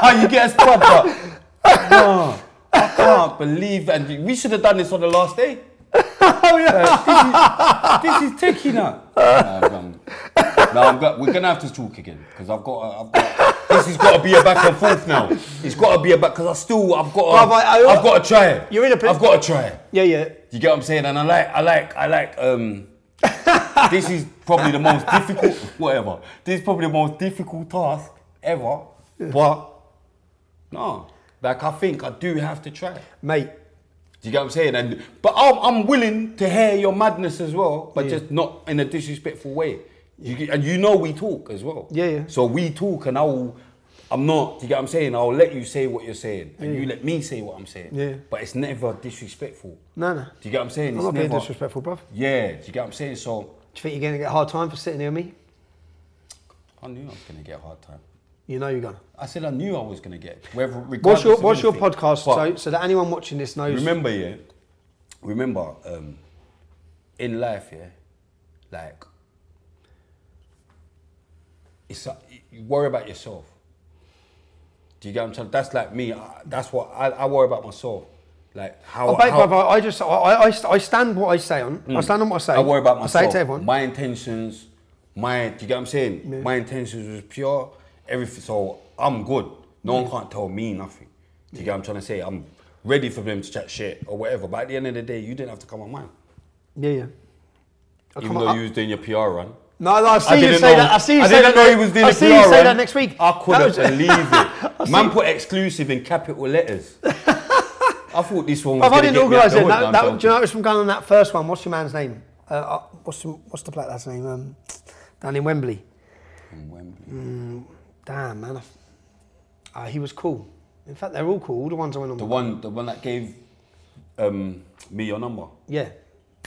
Speaker 1: Nah, you get a spud butt. Nah, I can't believe And we should have done this on the last day. Uh, this, is, this is taking up. Nah, um, nah, I'm go- we're gonna have to talk again because I've got. I've got. This has got to be a back and forth now. It's got to be a back because I still. I've got.
Speaker 2: Bruv, I- I-
Speaker 1: I've got to try it.
Speaker 2: You're in a pos-
Speaker 1: I've got to try it.
Speaker 2: Yeah, yeah.
Speaker 1: Do you get what I'm saying? And I like, I like, I like. Um, this is probably the most difficult, whatever. This is probably the most difficult task ever. But no, like I think I do have to try. Do
Speaker 2: Mate,
Speaker 1: you get what I'm saying? And but I'm, I'm willing to hear your madness as well, but just not in a disrespectful way. You get, and you know we talk as well.
Speaker 2: Yeah, yeah.
Speaker 1: So we talk, and I'll. I'm not. Do you get what I'm saying? I'll let you say what you're saying, and you let me say what I'm saying.
Speaker 2: Yeah.
Speaker 1: But it's never disrespectful.
Speaker 2: no, no.
Speaker 1: Do you get what I'm saying?
Speaker 2: I'm
Speaker 1: It's
Speaker 2: not being
Speaker 1: never-
Speaker 2: disrespectful, bruv.
Speaker 1: Yeah, do you get what I'm saying? So
Speaker 2: Do you think you're going to get a hard time for sitting here with me?
Speaker 1: I knew I was gonna get a hard time.
Speaker 2: You know you're going to.
Speaker 1: I said I knew I was gonna get. Whether,
Speaker 2: What's
Speaker 1: regardless
Speaker 2: your,
Speaker 1: of
Speaker 2: what's your
Speaker 1: anything.
Speaker 2: podcast
Speaker 1: But
Speaker 2: so, so that anyone watching this knows?
Speaker 1: remember, yeah. Remember, um, in life, yeah, like it's a, you worry about yourself. Do you get what I'm saying? That's like me. I, that's what I, I worry about myself. Like how,
Speaker 2: Oh, babe,
Speaker 1: how Hmm.
Speaker 2: bruv, I, I just, I, I, I st- I stand what I say on. I stand on what I say.
Speaker 1: I worry about myself.
Speaker 2: I say it to everyone.
Speaker 1: My intentions, my, do you get what I'm saying? My intentions was pure, everything. So I'm good. No one can't tell me nothing. Do you get what I'm trying to say? I'm ready for them to chat shit or whatever. But at the end of the day, you didn't have to come on mine.
Speaker 2: yeah, yeah. I
Speaker 1: Even
Speaker 2: Oh, come-
Speaker 1: though
Speaker 2: I-
Speaker 1: you was doing your PR run.
Speaker 2: No, no, I see
Speaker 1: I
Speaker 2: you
Speaker 1: didn't
Speaker 2: say
Speaker 1: know.
Speaker 2: that. I see you say
Speaker 1: didn't
Speaker 2: that.
Speaker 1: know he was doing
Speaker 2: I
Speaker 1: a
Speaker 2: see
Speaker 1: PR
Speaker 2: you say
Speaker 1: run.
Speaker 2: that next week.
Speaker 1: I
Speaker 2: That
Speaker 1: couldn't
Speaker 2: was-
Speaker 1: believe it. Man put exclusive in capital letters. I thought this one was
Speaker 2: Bruv, I
Speaker 1: going to
Speaker 2: didn't
Speaker 1: get
Speaker 2: organise
Speaker 1: me up the
Speaker 2: it.
Speaker 1: wood.
Speaker 2: That,
Speaker 1: No, I'm
Speaker 2: that, do you know
Speaker 1: joking.
Speaker 2: it was from going on that first one? What's your man's name? Uh, uh, what's the, what's the black lad's name? Um, down in Wembley. Mm, Damn man, I f- ah, he was cool. In fact, they're all cool. All the ones I went on.
Speaker 1: The one, the one that gave um, me your number,
Speaker 2: yeah.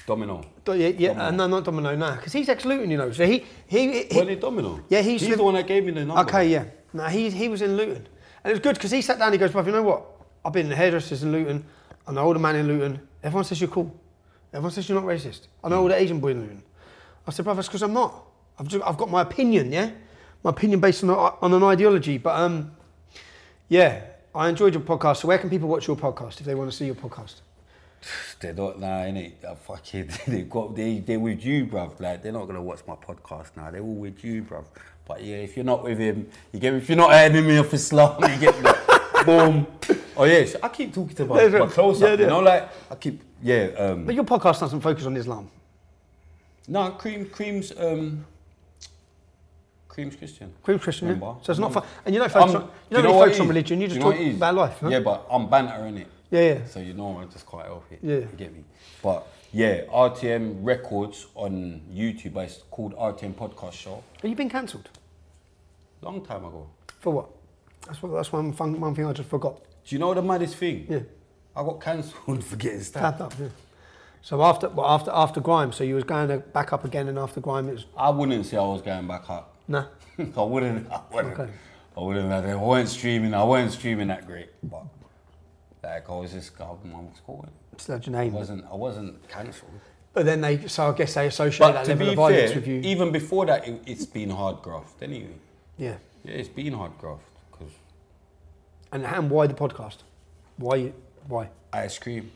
Speaker 1: Domino.
Speaker 2: Do- Yeah, yeah, uh, no, not Domino, nah, because he's ex-Luton, you know. So he, he, he
Speaker 1: Were they Domino?
Speaker 2: Yeah, he's
Speaker 1: he's
Speaker 2: the-
Speaker 1: the one that gave me the number.
Speaker 2: Okay, yeah. No, he, he was in Luton. And it was good because he sat down he goes, Bruv, you know what? I've been in hairdressers in Luton. I know all the man in Luton. Everyone says you're cool. Everyone says you're not racist. I know all the Asian boy in Luton. I said, Bruv, that's because I'm not. I've, just, I've got my opinion, yeah? My opinion based on, a, on an ideology. But um, yeah, I enjoyed your podcast. So where can people watch your podcast if they want to see your podcast?
Speaker 1: They're not nah, innit? Uh, fuck it. they got they they with you, bruv. Like they're not gonna watch my podcast now. They're all with you, bruv. But yeah, if you're not with him, you get me? if you're not an enemy of Islam, you get me? Boom. Oh yeah, sh- I keep talking about
Speaker 2: Yeah,
Speaker 1: my close up.
Speaker 2: yeah, yeah.
Speaker 1: You know, like I keep yeah. Um,
Speaker 2: But your podcast doesn't focus on Islam.
Speaker 1: no, cream creams um, creams Christian.
Speaker 2: Cream Christian, yeah?
Speaker 1: Remember?
Speaker 2: so it's not fun. And you don't
Speaker 1: I'm-
Speaker 2: focus on,
Speaker 1: do
Speaker 2: you don't
Speaker 1: know
Speaker 2: really
Speaker 1: what
Speaker 2: focus
Speaker 1: it
Speaker 2: on
Speaker 1: is?
Speaker 2: religion, you
Speaker 1: Do
Speaker 2: just
Speaker 1: know what
Speaker 2: talk
Speaker 1: it is?
Speaker 2: about life. Huh?
Speaker 1: Yeah, but I'm bantering it.
Speaker 2: Yeah, yeah.
Speaker 1: So you know I'm just quite healthy.
Speaker 2: Yeah.
Speaker 1: You get me? But yeah, RTM Records on YouTube. It's called RTM Podcast Show.
Speaker 2: Have you been cancelled?
Speaker 1: Long time ago.
Speaker 2: For what? That's what. That's one fun, one thing I just forgot.
Speaker 1: Do you know the maddest thing?
Speaker 2: Yeah.
Speaker 1: I got cancelled for getting stabbed.
Speaker 2: Tapped up. Yeah. So after, well, after after Grime, so you was going to back up again, and after Grime, it was
Speaker 1: I wouldn't say I was going back up.
Speaker 2: nah.
Speaker 1: I wouldn't. I wouldn't.
Speaker 2: Okay.
Speaker 1: I wouldn't. I weren't streaming. I weren't streaming that great. But like I was just, oh, I was cool.
Speaker 2: It's not your
Speaker 1: I
Speaker 2: name.
Speaker 1: wasn't. I wasn't cancelled.
Speaker 2: But then they, so I guess they associate
Speaker 1: But
Speaker 2: that
Speaker 1: to
Speaker 2: level
Speaker 1: be
Speaker 2: of
Speaker 1: fair,
Speaker 2: violence
Speaker 1: e-
Speaker 2: with you.
Speaker 1: even before that, it, it's been hard graft anyway.
Speaker 2: yeah.
Speaker 1: Yeah, it's been hard graft because
Speaker 2: And and why the podcast? Why you? Why
Speaker 1: ice cream.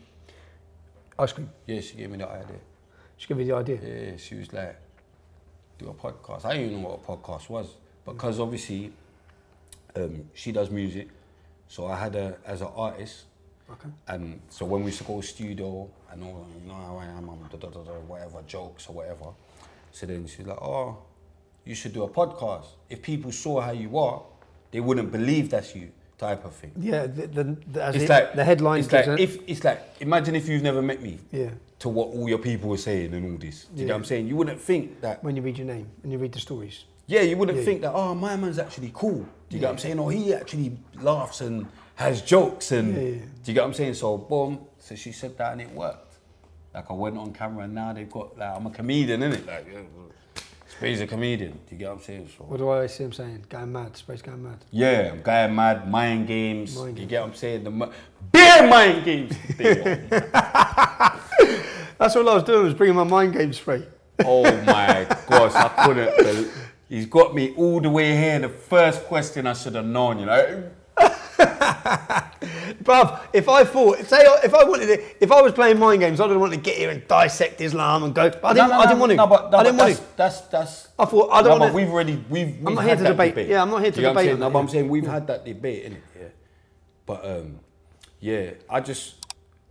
Speaker 2: ice cream?
Speaker 1: Yeah, she gave me the idea.
Speaker 2: Just give me the idea.
Speaker 1: Yeah, she was like, do a podcast. I didn't even know what a podcast was because obviously um, she does music. So I had her as an artist.
Speaker 2: Okay.
Speaker 1: And so when we used to go studio and all, you know how I am, I'm da, da, da, da, whatever, jokes or whatever. So then she's like, oh, you should do a podcast. If people saw how you are, they wouldn't believe that's you, type of thing.
Speaker 2: Yeah. The, the, the, as
Speaker 1: It's
Speaker 2: it-
Speaker 1: like
Speaker 2: the headline.
Speaker 1: It's like
Speaker 2: gives it-
Speaker 1: if it's like imagine if you've never met me.
Speaker 2: Yeah.
Speaker 1: To what all your people were saying and all this. Do you
Speaker 2: Yeah.
Speaker 1: know what I'm saying? You wouldn't think that.
Speaker 2: when you read your name and you read the stories.
Speaker 1: Yeah, you wouldn't
Speaker 2: Yeah.
Speaker 1: think that. Oh, my man's actually cool. Do you get what I'm saying? Or he actually laughs and has jokes and
Speaker 2: Yeah, yeah.
Speaker 1: do you get what I'm saying? So boom, so she said that and it worked. Like I went on camera and now they've got like I'm a comedian, innit? Like yeah, well, Spade's a comedian. Do you get what I'm saying? So
Speaker 2: What do I see him saying? Going mad. Space going mad.
Speaker 1: yeah, I'm guy mad, mind games.
Speaker 2: Mind
Speaker 1: you get what I'm saying? The mu- beer mind games.
Speaker 2: That's all I was doing was bringing my mind game spray.
Speaker 1: oh my gosh, I couldn't. bel he's got me all the way here. The first question I should have known, you know.
Speaker 2: Bruv, if I thought, say, I- if I wanted it, if I was playing mind games, I'd have wanted to get here and dissect Islam and go. But I didn't, I didn't want to.
Speaker 1: No, but, no,
Speaker 2: I didn't
Speaker 1: but
Speaker 2: want to.
Speaker 1: that's, that's that's.
Speaker 2: I thought, I don't
Speaker 1: no,
Speaker 2: wanna-
Speaker 1: but we've already we've. we've
Speaker 2: not
Speaker 1: had
Speaker 2: here to
Speaker 1: that
Speaker 2: debate. Yeah, I'm not here
Speaker 1: Do
Speaker 2: to
Speaker 1: you know what
Speaker 2: debate
Speaker 1: I'm saying?
Speaker 2: on
Speaker 1: No,
Speaker 2: that,
Speaker 1: but I'm
Speaker 2: yeah.
Speaker 1: saying we've had that debate, innit? Yeah. But um, yeah, I just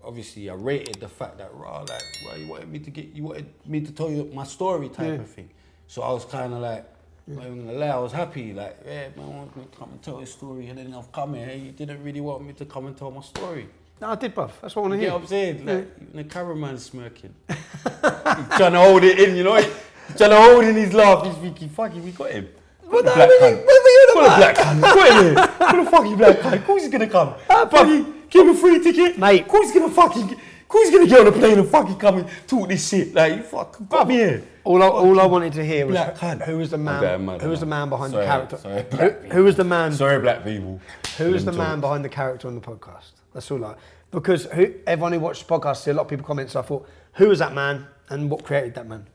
Speaker 1: obviously I rated the fact that raw like well, you wanted me to get you wanted me to tell you my story type
Speaker 2: Yeah.
Speaker 1: of thing. So I was kind of like. not even gonna lie, I was happy, like, yeah, man wants me to come and tell his story, and then I've come here, you didn't really want me to come and tell my story.
Speaker 2: No, I did, bruv. That's what I want to
Speaker 1: You
Speaker 2: hear.
Speaker 1: get what I'm saying? Like, even the cameraman's smirking. he's trying to hold it in, you know? He's trying to hold in his laugh. He's thinking, fuck it, we got him. What the
Speaker 2: hell is he-
Speaker 1: cunt.
Speaker 2: what are you on
Speaker 1: Call the
Speaker 2: about? Ah,
Speaker 1: black cunt. Call him here. Call the fucking black cunt. Who's he gonna come? Fucking give him a free ticket.
Speaker 2: Mate.
Speaker 1: Who's gonna fucking... Who's gonna get on a plane and fucking come and talk this shit? Like, you fuck, come here.
Speaker 2: All I, all I wanted to hear was
Speaker 1: Black cunt.
Speaker 2: who was the
Speaker 1: I'm going
Speaker 2: man?
Speaker 1: mad
Speaker 2: Who was the
Speaker 1: now.
Speaker 2: man behind
Speaker 1: Sorry,
Speaker 2: the character?
Speaker 1: sorry,
Speaker 2: who,
Speaker 1: black
Speaker 2: who was the man?
Speaker 1: Sorry, black people.
Speaker 2: Who was the
Speaker 1: Them
Speaker 2: man
Speaker 1: talk.
Speaker 2: behind the character on the podcast? That's all I. Because who, everyone who watched the podcast, see a lot of people comment. So I thought, who was that man and what created that man?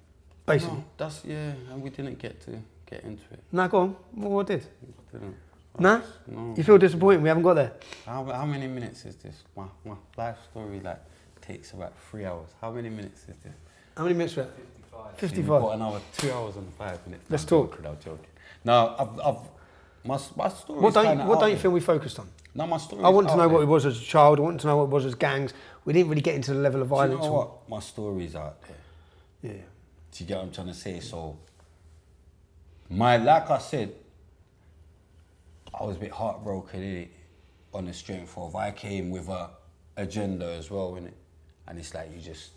Speaker 2: Basically.
Speaker 1: No, that's, yeah, and we didn't get to get into it.
Speaker 2: No. Nah, go on. What, what did?
Speaker 1: Didn't.
Speaker 2: Nah?
Speaker 1: No.
Speaker 2: You feel disappointed we haven't got there?
Speaker 1: How, how many minutes is this? My, my life story like takes about three hours. How many minutes is this?
Speaker 2: How many minutes were it? 55.
Speaker 1: We've got another two hours and five minutes.
Speaker 2: Let's
Speaker 1: I'm
Speaker 2: talk.
Speaker 1: joking, I'm joking. No, I've, I've my, s- my story.
Speaker 2: What don't, you, what don't you feel we focused on?
Speaker 1: No, my story.
Speaker 2: I want to know what it was as a child. I want to know what it was as gangs. We didn't really get into the level of
Speaker 1: You
Speaker 2: violence.
Speaker 1: know
Speaker 2: or,
Speaker 1: what? My story's out there.
Speaker 2: yeah.
Speaker 1: Do you get what I'm trying to say? So, my like I said, I was a bit heartbroken innit, on the strength of I came with a agenda as well in it, and it's like you just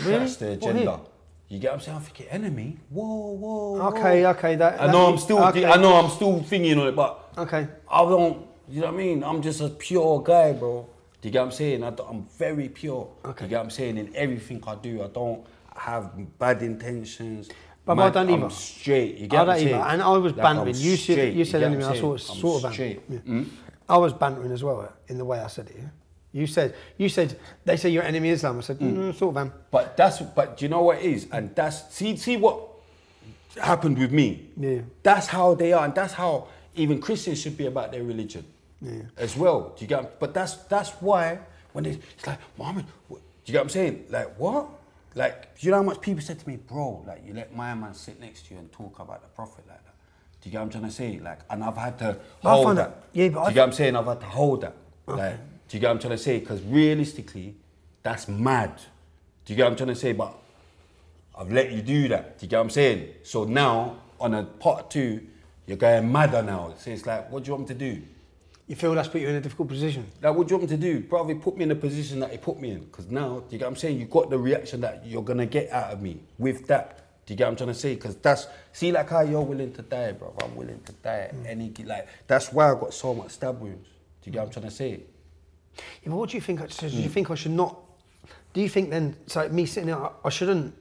Speaker 2: Really?
Speaker 1: crash the
Speaker 2: What
Speaker 1: agenda.
Speaker 2: hit?
Speaker 1: You get what I'm saying? I'm thinking enemy. Whoa, whoa.
Speaker 2: Okay,
Speaker 1: whoa.
Speaker 2: okay. That,
Speaker 1: I
Speaker 2: that-
Speaker 1: know I'm still.
Speaker 2: okay.
Speaker 1: I know I'm still thinking on it, but
Speaker 2: Okay.
Speaker 1: I don't. You know what I mean? I'm just a pure guy, bro. Do you get what I'm saying? I am very pure. Do
Speaker 2: Okay.
Speaker 1: you get what I'm saying? In everything I do, I don't have bad intentions.
Speaker 2: But I
Speaker 1: Man,
Speaker 2: don't
Speaker 1: I'm
Speaker 2: either.
Speaker 1: straight. You
Speaker 2: I
Speaker 1: get what
Speaker 2: don't
Speaker 1: I'm
Speaker 2: either.
Speaker 1: saying?
Speaker 2: And I was
Speaker 1: Like, I'm
Speaker 2: bantering. you said
Speaker 1: straight,
Speaker 2: you said
Speaker 1: get what
Speaker 2: anyway.
Speaker 1: I'm
Speaker 2: I sort of
Speaker 1: saying? I'm
Speaker 2: sort of bantering.
Speaker 1: straight. Hmm?
Speaker 2: Yeah. I was bantering as well yeah, in the way I said it. Yeah? You said you said they say your enemy Islam. I said
Speaker 1: Hmm.
Speaker 2: mm, sort of am.
Speaker 1: But that's but do you know what it is? And that's see see what happened with me.
Speaker 2: Yeah.
Speaker 1: That's how they are, and that's how even Christians should be about their religion. Yeah. As well. Do you get but that's that's why when they, it's like, Muhammad, what, do you get what I'm saying? Like what? Like, do you know how much people said to me, bro, like you let my man sit next to you and talk about the Prophet like that. Do you get what I'm trying to say? Like, and I've had to
Speaker 2: I
Speaker 1: hold
Speaker 2: find
Speaker 1: that.
Speaker 2: that- yeah, but
Speaker 1: do
Speaker 2: I
Speaker 1: you get what I'm saying? I've had to hold that. Like, do you get what I'm trying to say? Because realistically, that's mad. Do you get what I'm trying to say? But I've let you do that. Do you get what I'm saying? So now, on a part two, you're going madder now. So it's like, what do you want me to do?
Speaker 2: You feel that's put you in a difficult position.
Speaker 1: Like, what do you want me to do? Brother, it put me in the position that it put me in. Because now, do you get what I'm saying? You got the reaction that you're going to get out of me with that. Do you get what I'm trying to say? Because that's, see, like how you're willing to die, brother. I'm willing to die. at Any, like, that's why I got so much stab wounds. Do you get what I'm trying to say?
Speaker 2: Yeah, but what do you think? I- So
Speaker 1: Hmm.
Speaker 2: do you think I should not? Do you think then? So like me sitting there, I, I shouldn't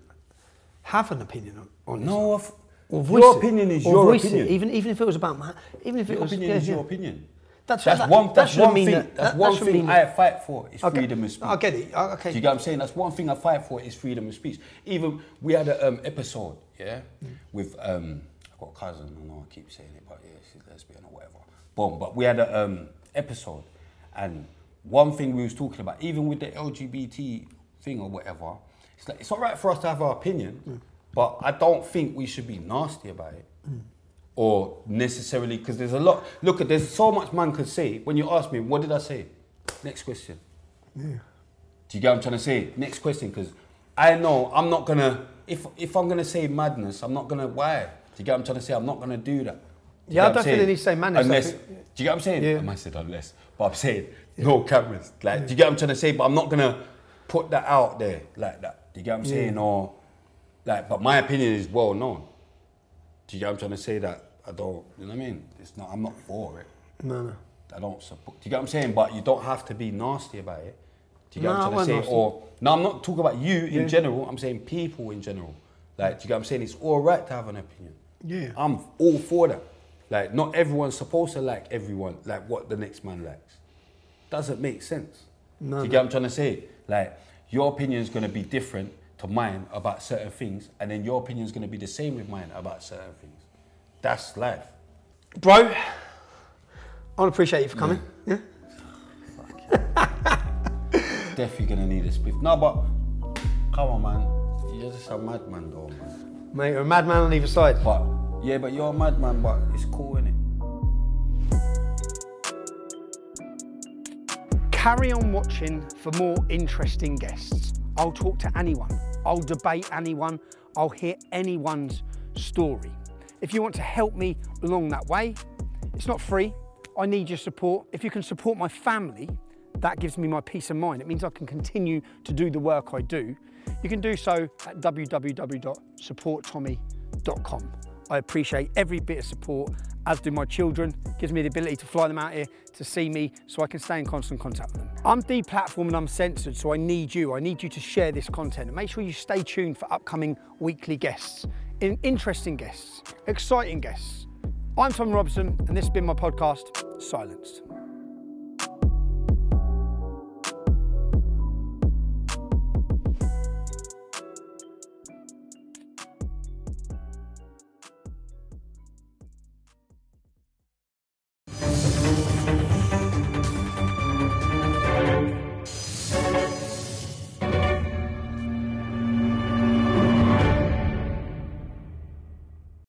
Speaker 2: have an opinion on, on Islam?
Speaker 1: No, I've,
Speaker 2: Or voice
Speaker 1: your
Speaker 2: it.
Speaker 1: opinion is
Speaker 2: Or
Speaker 1: your
Speaker 2: voice it,
Speaker 1: opinion.
Speaker 2: Even even if it was about my, even if it
Speaker 1: Your
Speaker 2: was
Speaker 1: opinion
Speaker 2: yeah,
Speaker 1: is
Speaker 2: yeah.
Speaker 1: your opinion.
Speaker 2: That's-
Speaker 1: That's,
Speaker 2: that-
Speaker 1: one.
Speaker 2: that
Speaker 1: That's
Speaker 2: shouldn't
Speaker 1: one
Speaker 2: mean
Speaker 1: thing.
Speaker 2: that- that-
Speaker 1: that's
Speaker 2: that
Speaker 1: one
Speaker 2: shouldn't mean
Speaker 1: thing I
Speaker 2: that.
Speaker 1: fight for is
Speaker 2: Okay.
Speaker 1: freedom of speech.
Speaker 2: I get it. I- okay.
Speaker 1: Do you get what I'm saying? That's one thing I fight for is freedom of speech. Even we had an um, episode, yeah, with um, I've got a cousin. I know I keep saying it, but yeah, she's lesbian or whatever. Boom. But we had an um, episode, and one thing we was talking about, even with the LGBT thing or whatever, it's like it's all right for us to have our opinion, but I don't think we should be nasty about it or necessarily because there's a lot. Look, there's so much man could say. When you ask me, what did I say? Next question. Do you get what I'm trying to say? Next question, because I know I'm not gonna. If if I'm gonna say madness, I'm not gonna. Why? Do you get what I'm trying to say? I'm not gonna do that. Do you
Speaker 2: Yeah,
Speaker 1: get what
Speaker 2: I
Speaker 1: I'm
Speaker 2: don't think
Speaker 1: saying?
Speaker 2: they need to say madness, I
Speaker 1: Unless,
Speaker 2: think-
Speaker 1: do you get what I'm saying?
Speaker 2: Yeah.
Speaker 1: I might said unless, but I'm saying no cameras. Like, do you get what I'm trying to say? But I'm not gonna put that out there like that. Do you get what I'm saying? Or like, but my opinion is well known. Do you get what I'm trying to say? That I don't. You know what I mean? It's not. I'm not for it.
Speaker 10: No, no.
Speaker 1: I don't support. Do you get what I'm saying? But you don't have to be nasty about it. Do you get
Speaker 10: No, I
Speaker 1: what I'm trying
Speaker 10: wasn't
Speaker 1: to say?
Speaker 10: nasty.
Speaker 1: Or no, I'm not talking about you
Speaker 10: Yeah.
Speaker 1: in general. I'm saying people in general. Like, do you get what I'm saying? It's all right to have an opinion.
Speaker 10: Yeah.
Speaker 1: I'm all for that. Like, not everyone's supposed to like everyone. Like what the next man likes. Doesn't make sense.
Speaker 10: No,
Speaker 1: do you
Speaker 10: no.
Speaker 1: get what I'm trying to say? Like, your opinion's gonna be different to mine about certain things, and then your opinion's gonna be the same with mine about certain things. That's life.
Speaker 10: Bro, I want to appreciate you for coming. Yeah.
Speaker 1: Definitely gonna need a spiff. No, but come on, man. You're just a madman, though, man.
Speaker 10: Mate, you're a madman on either side.
Speaker 1: But yeah, but you're a madman, but it's cool, innit?
Speaker 2: Carry on watching for more interesting guests. I'll talk to anyone, I'll debate anyone, I'll hear anyone's story. If you want to help me along that way, it's not free. I need your support. If you can support my family, that gives me my peace of mind. It means I can continue to do the work I do. You can do so at www.supporttommy.com. I appreciate every bit of support, as do my children. Gives me the ability to fly them out here to see me so I can stay in constant contact with them. I'm deplatformed and I'm censored, so I need you. I need you to share this content and make sure you stay tuned for upcoming weekly guests, in- interesting guests, exciting guests. I'm Tom Robson, and this has been my podcast, Silenced.